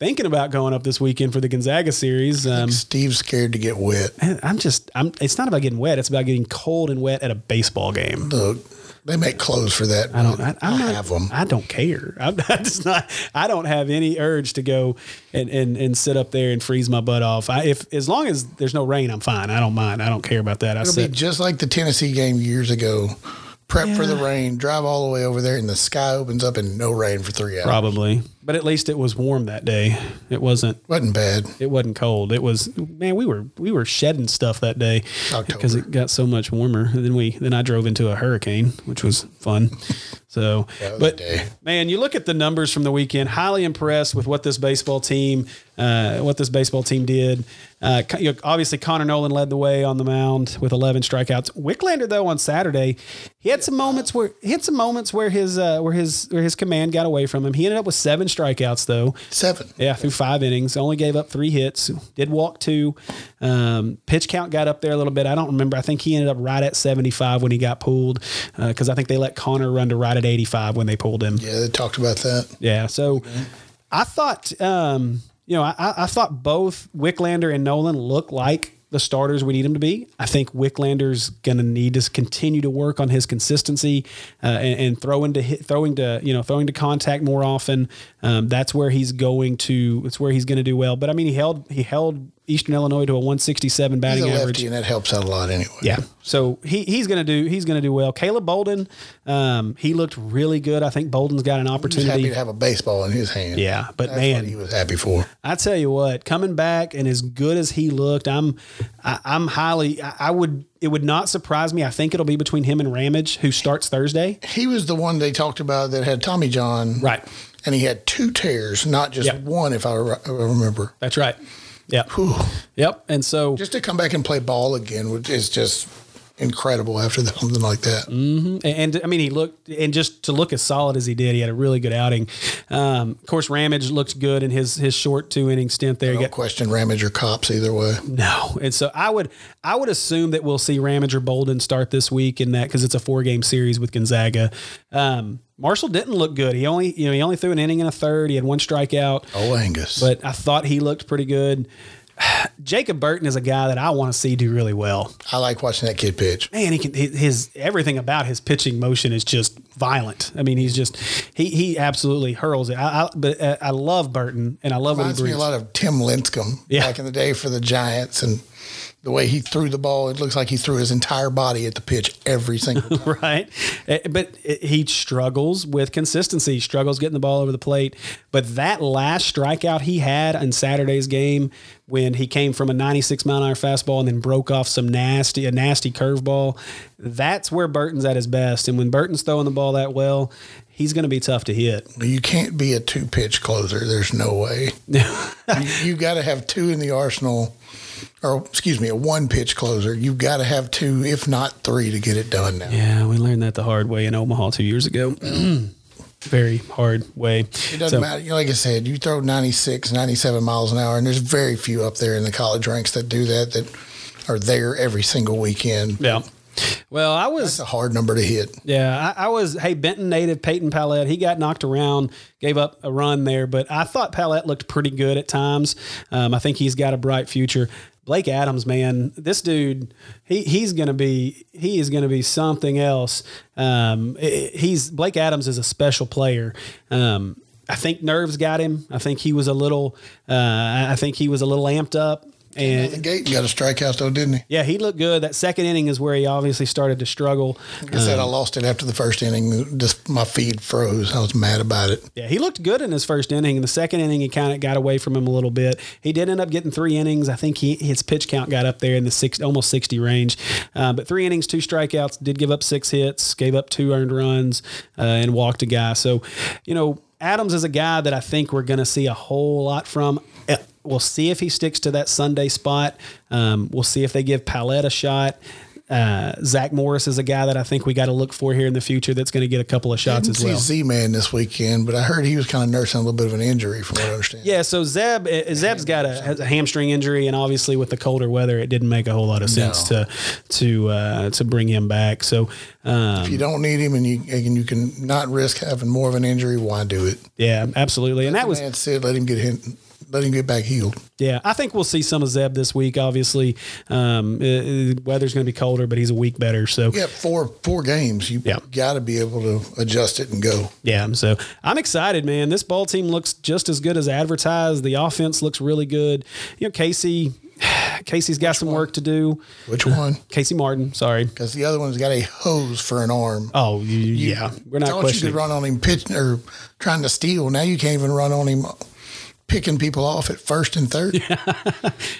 S1: thinking about going up this weekend for the Gonzaga series. Um,
S2: Steve's scared to get wet.
S1: I'm just, I'm. It's not about getting wet; it's about getting cold and wet at a baseball game.
S2: Look, they make clothes for that.
S1: I don't. I,
S2: I'll
S1: I'm not,
S2: have them.
S1: I don't care. I'm not, just not. I don't have any urge to go and, and and sit up there and freeze my butt off. I, if as long as there's no rain, I'm fine. I don't mind. I don't care about that. I
S2: It'll be
S1: sit.
S2: just like the Tennessee game years ago. Prep for the
S1: Yeah.
S2: rain, drive all the way over there, and the sky opens up and no rain for three hours.
S1: Probably, but at least it was warm that day. It wasn't.
S2: Wasn't bad.
S1: It wasn't cold. It was man. We were we were shedding stuff that day
S2: October.
S1: because it got so much warmer. And then we then I drove into a hurricane, which was fun. So,
S2: was a
S1: but
S2: day.
S1: man, you look at the numbers from the weekend. Highly impressed with what this baseball team, uh, what this baseball team did. Uh, co- you know, obviously, Connor Nolan led the way on the mound with 11 strikeouts. Wicklander, though, on Saturday, he had some moments where he had some moments where his uh, where his where his command got away from him. He ended up with seven strikeouts though.
S2: Seven.
S1: Yeah, through five innings, only gave up three hits. Did walk two. Um, pitch count got up there a little bit. I don't remember. I think he ended up right at seventy-five when he got pulled, because I think they let Connor run to right at eighty-five when they pulled him. Yeah.
S2: Yeah, they talked about that.
S1: so I thought, um, you know, I, I I thought both Wicklander and Nolan looked like the starters we need him to be. I think Wicklander's going to need to continue to work on his consistency uh, and, and throwing to hit, throwing to you know throwing to contact more often. Um, that's where he's going to. It's where he's going to do well. But I mean, he held he held Eastern Illinois to a 167
S2: He's
S1: batting
S2: a
S1: average.
S2: lefty, and that helps out a lot anyway.
S1: Yeah. So he, he's going to do he's going to do well. Caleb Bolden, um, he looked really good. I think Bolden's got an
S2: He's happy
S1: opportunity.
S2: to have a baseball in his hand.
S1: Yeah, but
S2: That's
S1: man,
S2: what he was happy for.
S1: I tell you what, coming back and as good as he looked, I'm, I, I'm highly. I, I would. It would not surprise me. I think it'll be between him and Ramage, who starts Thursday.
S2: He was the one they talked about that had Tommy John,
S1: Right.
S2: And he had two tears, not just
S1: Yep.
S2: one, if I, re- I remember.
S1: That's right. Yep. Yep. And so
S2: Just to come back and play ball again which is just incredible after something like that.
S1: Mm, and, and, I mean, he looked, and just to look as solid as he did, he had a really good outing. Um, of course, Ramage looked good in his his short two inning stint there. He
S2: Don't
S1: got
S2: question Ramage or Cops either way.
S1: No, and so I would I would assume that we'll see Ramage or Bolden start this week in that because it's a four game series with Gonzaga. Um, Marshall didn't look good. He only you know he only threw an inning and a third. He had one strikeout,
S2: Oh, Angus.
S1: but I thought he looked pretty good. Jacob Burton is a guy that I want to see do really well.
S2: I like watching that kid pitch.
S1: Man, he can his, his everything about his pitching motion is just violent. I mean, he's just he he absolutely hurls it. I, I but uh, I love Burton and I love what he
S2: Reminds me
S1: brings.
S2: a lot of Tim Lincecum
S1: Yeah.
S2: back in the day for the Giants and the way he threw the ball. It looks like he threw his entire body at the pitch every single time.
S1: right? Eh, But it- he struggles with consistency, struggles getting the ball over the plate. But that last strikeout he had in Saturday's game, when he came from a 96 mile an hour fastball and then broke off some nasty, a nasty curveball, that's where Burton's at his best. And when Burton's throwing the ball that well, he's going to be tough to hit.
S2: You can't be a two pitch closer. There's no way. you you got to have two in the arsenal, or excuse me, a one pitch closer. You've got to have two, if not three, to get it done now.
S1: Yeah, we learned that the hard way in Omaha two years ago. Very hard way.
S2: It doesn't matter. You know, Like I said, you throw 96, 97 miles an hour, and there's very few up there in the college ranks that do that, that are there every single weekend.
S1: Yeah. Well, I was
S2: It's a hard number to hit.
S1: Yeah, I, I was. Hey, Benton native Peyton Palette. He got knocked around, gave up a run there, but I thought Palette looked pretty good at times. Um, I think he's got a bright future. Blake Adams, man, this dude, he he's gonna be he is gonna be something else. Um, i- i- he's Blake Adams is a special player. Um, I think nerves got him. I think he was a little. Uh, I I think he was a little amped up. And
S2: The gate got a strikeout, though, didn't he?
S1: yeah, he looked good. That second inning is where he obviously started to struggle.
S2: I said I lost it after the first inning. Just my feed froze. I was mad about it.
S1: Yeah, he looked good in his first inning. In the second inning, he kind of got away from him a little bit. He did end up getting three innings. I think he his pitch count got up there in the six, almost sixty range, uh, but three innings, two strikeouts, did give up six hits, gave up two earned runs, uh, and walked a guy. So, you know, Adams is a guy that I think we're going to see a whole lot from. Eh, We'll see if he sticks to that Sunday spot. Um, we'll see if they give Palette a shot. Uh, Zach Morris is a guy that I think we got to look for here in the future. That's going to get a couple of shots
S2: Didn't
S1: as
S2: see
S1: well.
S2: Z Man this weekend, but I heard he was kind of nursing a little bit of an injury, from what I understand.
S1: Yeah, so Zeb eh, Zeb's got a, has a hamstring injury, and obviously with the colder weather, it didn't make a whole lot of sense to to uh, to bring him back. So um,
S2: If you don't need him, and you and you can not risk having more of an injury, why do it?
S1: yeah, absolutely, and that was
S2: That's it. Let him get hit. Let him get back healed.
S1: yeah. I think we'll see some of Zeb this week. Obviously, um, eh, eh, weather's going to be colder, but he's a week better. So
S2: You got four four games. You
S1: Yeah.
S2: got to be able to adjust it and go.
S1: Yeah, so I'm excited, man. This ball team looks just as good as advertised. The offense looks really good. You know, Casey, Casey's got some work to do.
S2: Which one?
S1: Casey Martin, sorry.
S2: Because the other one's got a hose for an arm.
S1: Oh, you, yeah, we're not
S2: Thought you could
S1: questioning.
S2: run on him pitch or trying to steal. Now you can't even run on him picking people off at first and third.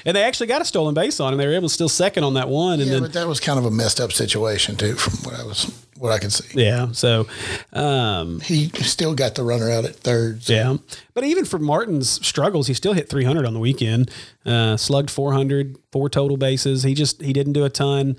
S1: And they actually got a stolen base on him. They were able to still second on that one, and
S2: yeah,
S1: then
S2: but that was kind of a messed up situation too, from what I was what I could see.
S1: yeah. So, um,
S2: He still got the runner out at third. So
S1: yeah. But even for Martin's struggles, he still hit 300 on the weekend. Uh, slugged 400, four total bases. He just he didn't do a ton.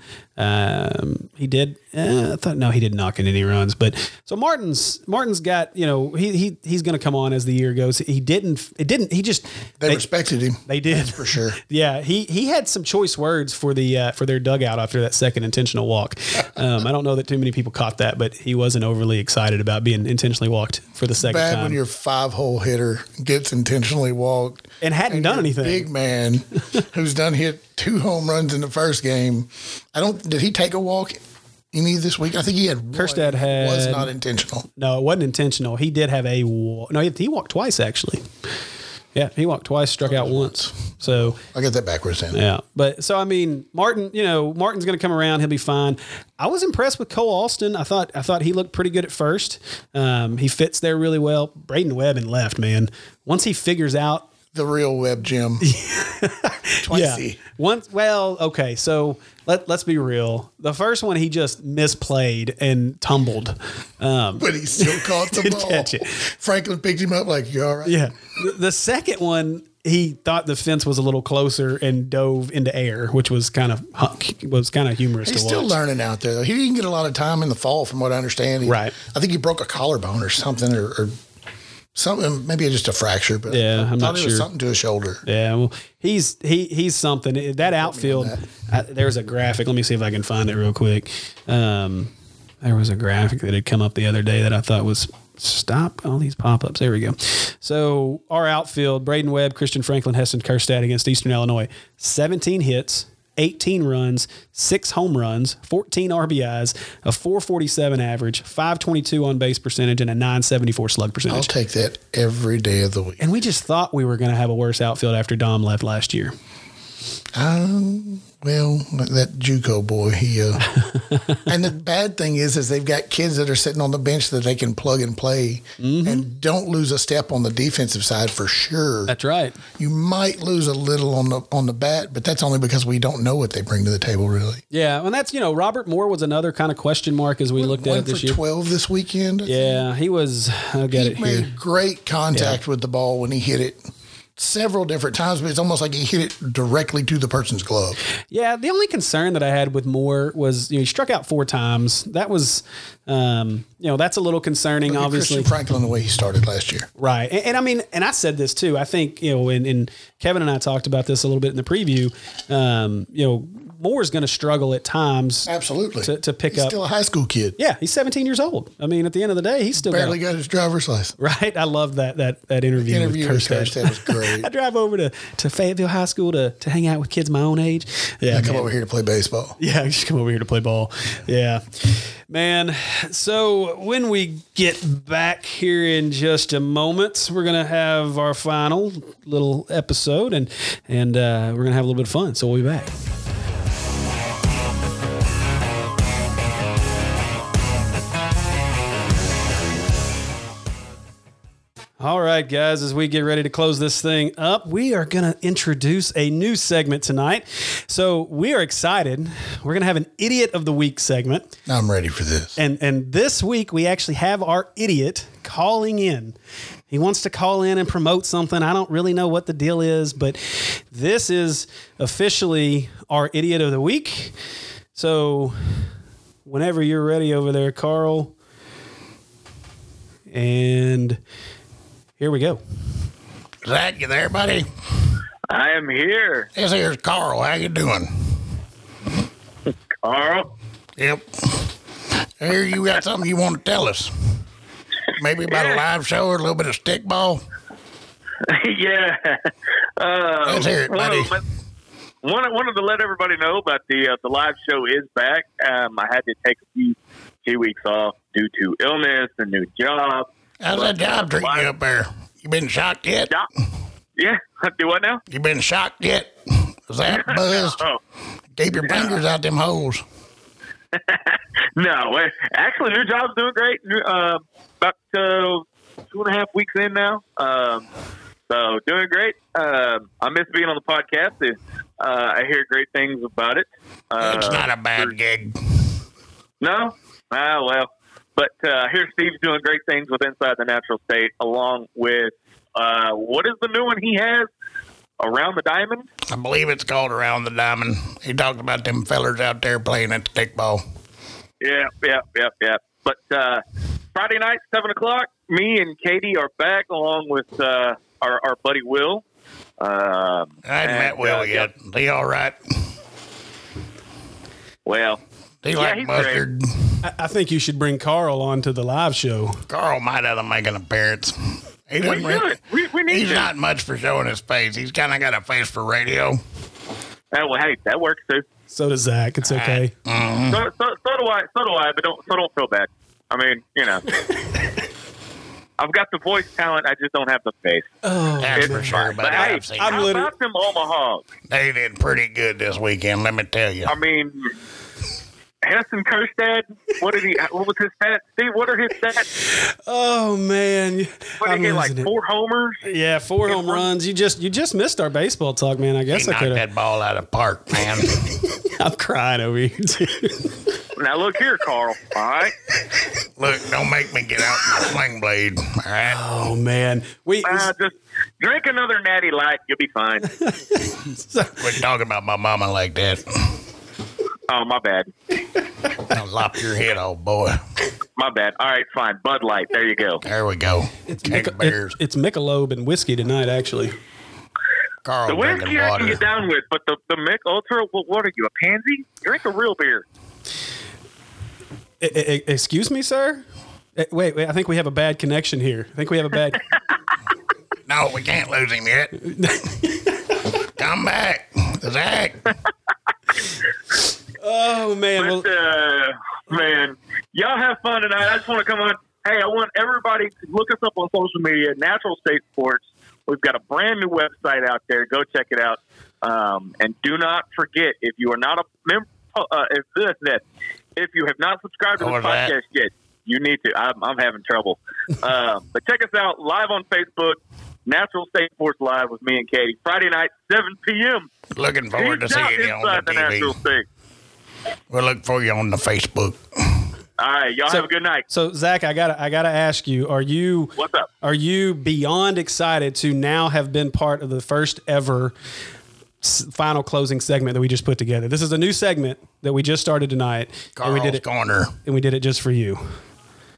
S1: Um, he did. Uh, I thought no, he didn't knock in any runs. But so Martin's Martin's got you know he he he's going to come on as the year goes. He didn't. It didn't. He just
S2: they,
S1: they,
S2: respected him.
S1: they did
S2: for sure.
S1: Yeah, he he had some choice words for the uh, for their dugout after that second intentional walk. Um, I don't know that too many people caught that, but he wasn't overly excited about being intentionally walked for the second
S2: Bad
S1: time
S2: when your five hole hitter gets intentionally walked.
S1: and hadn't
S2: and
S1: done
S2: your
S1: anything.
S2: Big man who's done hit two home runs in the first game. I don't. Did he take a walk any this week? I think he had. one.
S1: Kerstad had-
S2: was not intentional.
S1: No, it wasn't intentional. He did have a walk. No, he, he walked twice actually. Yeah, he walked twice, struck out once. So
S2: I get that backwards then.
S1: yeah, but so I mean, Martin, you know, Martin's going to come around. He'll be fine. I was impressed with Cole Austin. I thought I thought he looked pretty good at first. Um, he fits there really well. Braden Webb and left man. Once he figures out,
S2: The real web gym.
S1: yeah.
S2: Twice. he-
S1: Once, well, okay. So let let's be real. The first one he just misplayed and tumbled. Um,
S2: But he still caught the
S1: Didn't
S2: ball.
S1: catch it.
S2: Franklin picked him up like, you all right?
S1: Yeah. The- The second one, he thought the fence was a little closer and dove into air, which was kind of hu- was kind of humorous
S2: He's
S1: to
S2: still
S1: watch.
S2: learning out there. though. He didn't get a lot of time in the fall, from what I understand. He-
S1: Right.
S2: I think he broke a collarbone or something, or, or something. Maybe just a fracture. But
S1: Yeah,
S2: I
S1: I'm
S2: thought
S1: not
S2: it was
S1: sure.
S2: something to his shoulder.
S1: Yeah, well, he's he he's something. It- That outfield, I, there's a graphic. Let me see if I can find it real quick. Um, there was a graphic that had come up the other day that I thought was stop all these pop ups. There we go. So our outfield: Braden Webb, Christian Franklin, Heston Kerstad against Eastern Illinois. 17 hits, 18 runs, six home runs, 14 RBIs, a 447 average, 522 on base percentage, and a 974 slug percentage.
S2: I'll take that every day of the week.
S1: and we just thought we were going to have a worse outfield after Dom left last year.
S2: Um, well, that JUCO boy, he. Uh, and the bad thing is, is they've got kids that are sitting on the bench that they can plug and play,
S1: Mm-hmm.
S2: and don't lose a step on the defensive side for sure.
S1: That's right.
S2: you might lose a little on the on the bat, but that's only because we don't know what they bring to the table, really.
S1: Yeah, and that's you know Robert Moore was another kind of question mark as we looked at
S2: One
S1: it this
S2: for
S1: year.
S2: twelve this weekend. I
S1: yeah, he was. I'll get it
S2: think. made
S1: here.
S2: great contact with the ball when he hit it several different times, but it's almost like he hit it directly to the person's glove.
S1: Yeah, the only concern that I had with Moore was you know he struck out four times. That was, um, you know, that's a little concerning, obviously.
S2: Christian Franklin, the way he started last year.
S1: Right. And, and I mean, and I said this too. I think, you know, and, and Kevin and I talked about this a little bit in the preview. Um, you know, Moore's going to struggle at times.
S2: Absolutely.
S1: To- to pick
S2: He's
S1: up-
S2: still a high school kid.
S1: Yeah, he's 17 years old. I mean, at the end of the day, he's still got a-
S2: Barely got his driver's license.
S1: right. I love that that that interview,
S2: Interview with
S1: with Kerstad.
S2: Kirsten was great.
S1: I drive over to, to Fayetteville High School to, to hang out with kids my own age. Yeah,
S2: I come
S1: man.
S2: over here to play baseball.
S1: Yeah, I just come over here to play ball. Yeah, man. So when we get back here in just a moment, we're gonna have our final little episode, and and uh, we're gonna have a little bit of fun. So we'll be back. All right, guys, as we get ready to close this thing up, we are going to introduce a new segment tonight. So we are excited. We're going to have an Idiot of the Week segment.
S2: I'm ready for this.
S1: And, and this week, we actually have our idiot calling in. He wants to call in and promote something. I don't really know what the deal is, but this is officially our Idiot of the Week. So whenever you're ready over there, Carl. And here we go.
S2: Zach, you there, buddy?
S6: I am here,
S2: Yes, here's Carl. How you doing?
S6: Carl.
S2: Yep. Here you got something you want to tell us. Maybe about a live show or a little bit of stickball.
S6: yeah. Uh,
S2: Let's hear it,
S6: one
S2: buddy.
S6: of the- One, wanted to let everybody know about the uh, the live show is back. Um, I had to take a few few weeks off due to illness and new job.
S2: How's that job treating you up there? You been shocked yet?
S6: job. Yeah, do what now?
S2: You been shocked yet? Is that buzzed?
S6: Oh
S2: Keep your fingers out them holes.
S6: no, eh, actually, new job's doing great. Uh, about uh, two and a half weeks in now, um, so doing great. Um, I miss being on the podcast. Uh, I hear great things about it. Uh,
S2: It's not a bad gig.
S6: No? Ah, well. But uh, here Steve's doing great things with Inside the Natural State, along with uh, what is the new one he has? Around the Diamond?
S2: I believe it's called Around the Diamond. He talked about them fellers out there playing at stickball.
S6: Yeah, yeah, yeah, yeah. But uh, Friday night, 7 o'clock, me and Katie are back, along with uh, our, our buddy Will. Um,
S2: I haven't
S6: and,
S2: met Will
S6: uh,
S2: yet. He all right?
S6: Well,
S2: He
S6: Yeah,
S2: like
S6: he's
S2: mustard.
S1: I, I think you should bring Carl on to the live show.
S2: Carl might have to make an appearance. He
S6: We
S2: doesn't really,
S6: should. We, we need
S2: he's
S6: to.
S2: not much for showing his face. He's kind of got a face for radio.
S6: Oh, well, hey, that works too.
S1: So does Zach. It's okay.
S6: So, so, so do I. So do I. But don't. So don't feel bad. I mean, you know, I've got the voice talent. I just don't have the face.
S1: Oh,
S2: That's
S6: It's
S2: for sure.
S6: fine.
S2: But,
S6: hey,
S2: I've seen
S1: I'm
S6: how
S1: liter-
S6: about them Omaha?
S2: they did pretty good this weekend. Let me tell you.
S6: I mean, Heston Kerstad. What did he? What was his stats? Steve, what are his stats?
S1: Oh man,
S6: What did
S1: I'm
S6: he get? Like
S1: losing it.
S6: four homers.
S1: Yeah, four home
S6: one-
S1: runs. You just you just missed our baseball talk, man. I
S2: he
S1: guess I
S2: knocked
S1: could have.
S2: that ball out of the park, man.
S1: I'm crying over here. dude.
S6: Now look here, Carl. All right.
S2: Look, don't make me get out my sling blade. All right.
S1: oh man, we
S6: Uh, just drink another Natty Light. You'll be fine.
S2: Quit talking about my mama like that.
S6: oh, my bad.
S2: I'll lop your head, old boy.
S6: My bad. All right, fine. Bud Light. There you go.
S2: There we go.
S1: it's,
S2: Keg
S1: Mic- it,
S2: beers.
S1: it's Michelob and whiskey tonight. Actually,
S2: Carl
S6: The
S2: drinking
S6: whiskey I can
S2: water.
S6: get down with, but the the Mick Ultra. What, what are you? A pansy? Drink a real beer.
S1: E- e- e- excuse me, sir. Eh, Wait, wait, I think we have a bad connection here. I think we have a bad.
S2: No, we can't lose him yet. Come back, Zach.
S1: oh man, well,
S6: But, uh, man, y'all have fun tonight. I just want to come on. Hey, I want everybody to look us up on social media, Natural State Sports. We've got a brand new website out there. Go check it out. Um, and do not forget if you are not a member, uh, if this, that, if you have not subscribed to
S2: Go to
S6: this
S2: that.
S6: podcast yet, you need to. I'm, I'm having trouble. um, but check us out live on Facebook, Natural State Sports Live with me and Katie, Friday night, 7 p.m.
S2: Looking forward to
S6: Peace out
S2: seeing you on
S6: inside
S2: the
S6: the Natural
S2: TV.
S6: State.
S2: We'll look for you on the Facebook.
S6: All right, y'all
S1: So-
S6: have a good night.
S1: so Zach, I gotta I gotta ask you: Are you
S6: What's up?
S1: are you beyond excited to now have been part of the first ever s- final closing segment that we just put together? This is a new segment that we just started tonight,
S2: Carl's
S1: and we did it.
S2: Corner.
S1: And we did it just for you.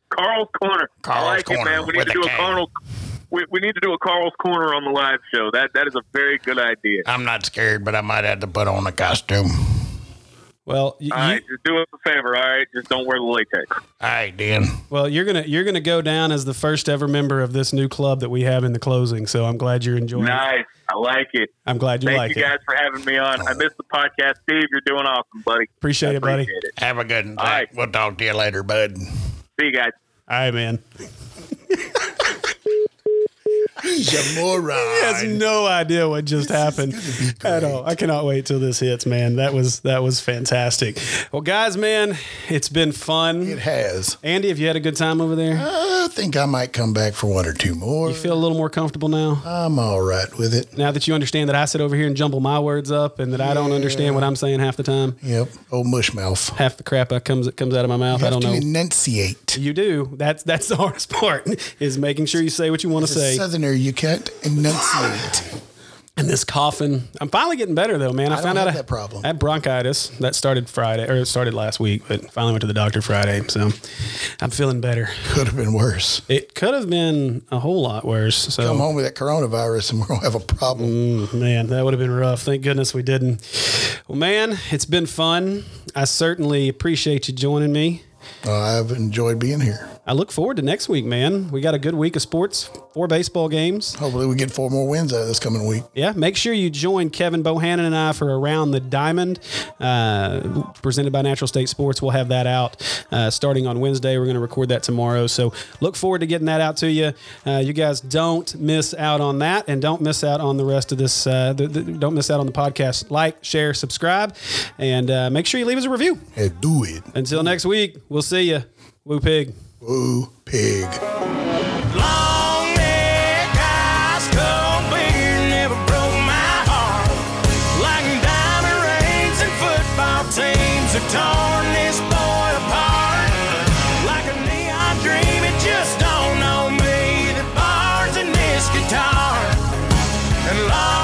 S6: Carl's Corner.
S2: Carl's
S6: I like
S2: Corner
S6: it, man. We need
S2: with
S6: to
S2: a
S6: do a
S2: K.
S6: Carl's. We, we need to do a Carl's Corner on the live show. That that is a very good idea.
S2: I'm not scared, but I might have to put on a costume.
S1: Well, Uh, you,
S6: All right, just do us a favor. All right, just don't wear the latex.
S2: All right, then.
S1: well, you're gonna you're gonna go down as the first ever member of this new club that we have in the closing. So I'm glad you're enjoying. it.
S6: Nice. I like it.
S1: I'm glad you
S6: Thank
S1: like
S6: you guys
S1: it.
S6: for having me on. I missed the podcast, Steve. You're doing awesome, buddy.
S1: Appreciate it, buddy.
S6: Appreciate it.
S2: Have a good night.
S6: right.
S2: We'll talk to you later, bud.
S6: See you guys.
S1: All right, man.
S2: He's a moron.
S1: Has no idea what just happened at all. I cannot wait till this hits, man. That was that was fantastic. Well, guys, man, it's been
S2: It
S1: fun.
S2: has. Uh,
S1: Andy, have you had a good time over there?
S2: I think I might come back for one or two more.
S1: You feel a little more comfortable now?
S2: I'm all right with it.
S1: Now that you understand that I sit over here and jumble my words up and that I don't understand what I'm saying half the time,
S2: Yep. Old mushmouth.
S1: half the crap I comes that comes out of my mouth, I
S2: have
S1: don't
S2: to
S1: know.
S2: enunciate.
S1: You do. That's that's the hardest part is making sure you say what you want to say.
S2: Southerner, you can't enunciate.
S1: And this coughing, I'm finally getting better though, man. I,
S2: don't
S1: found out
S2: have
S1: I-
S2: that problem.
S1: I had bronchitis that started Friday or it started last week, but finally went to the doctor Friday, so I'm feeling better.
S2: Could have been worse.
S1: It could have been a whole lot worse. So
S2: Come home with that coronavirus and we're going to have a problem.
S1: Man, that would have been rough. Thank goodness we didn't. Well, man, it's been fun. I certainly appreciate you joining me.
S2: Uh, I've enjoyed being here.
S1: I look forward to next week, man. We got a good week of sports, four baseball games.
S2: Hopefully, we get four more wins out of this coming week.
S1: Yeah, make sure you join Kevin Bohannon and I for Around the Diamond, uh, presented by Natural State Sports. We'll have that out uh, starting on Wednesday. We're going to record that tomorrow. So look forward to getting that out to you. Uh, you guys don't miss out on that, and don't miss out on the rest of this. Uh, the, the- don't miss out on the podcast. Like, share, subscribe, and uh, make sure you leave us a review.
S2: Hey, do it.
S1: Until next week, we'll see you. Woo pig.
S2: Woo, pig.
S7: Long neck ice cold beer never broke my heart. Like diamond rings and football teams have torn this boy apart. Like a neon dream, it just don't know me. The bars and this guitar. And long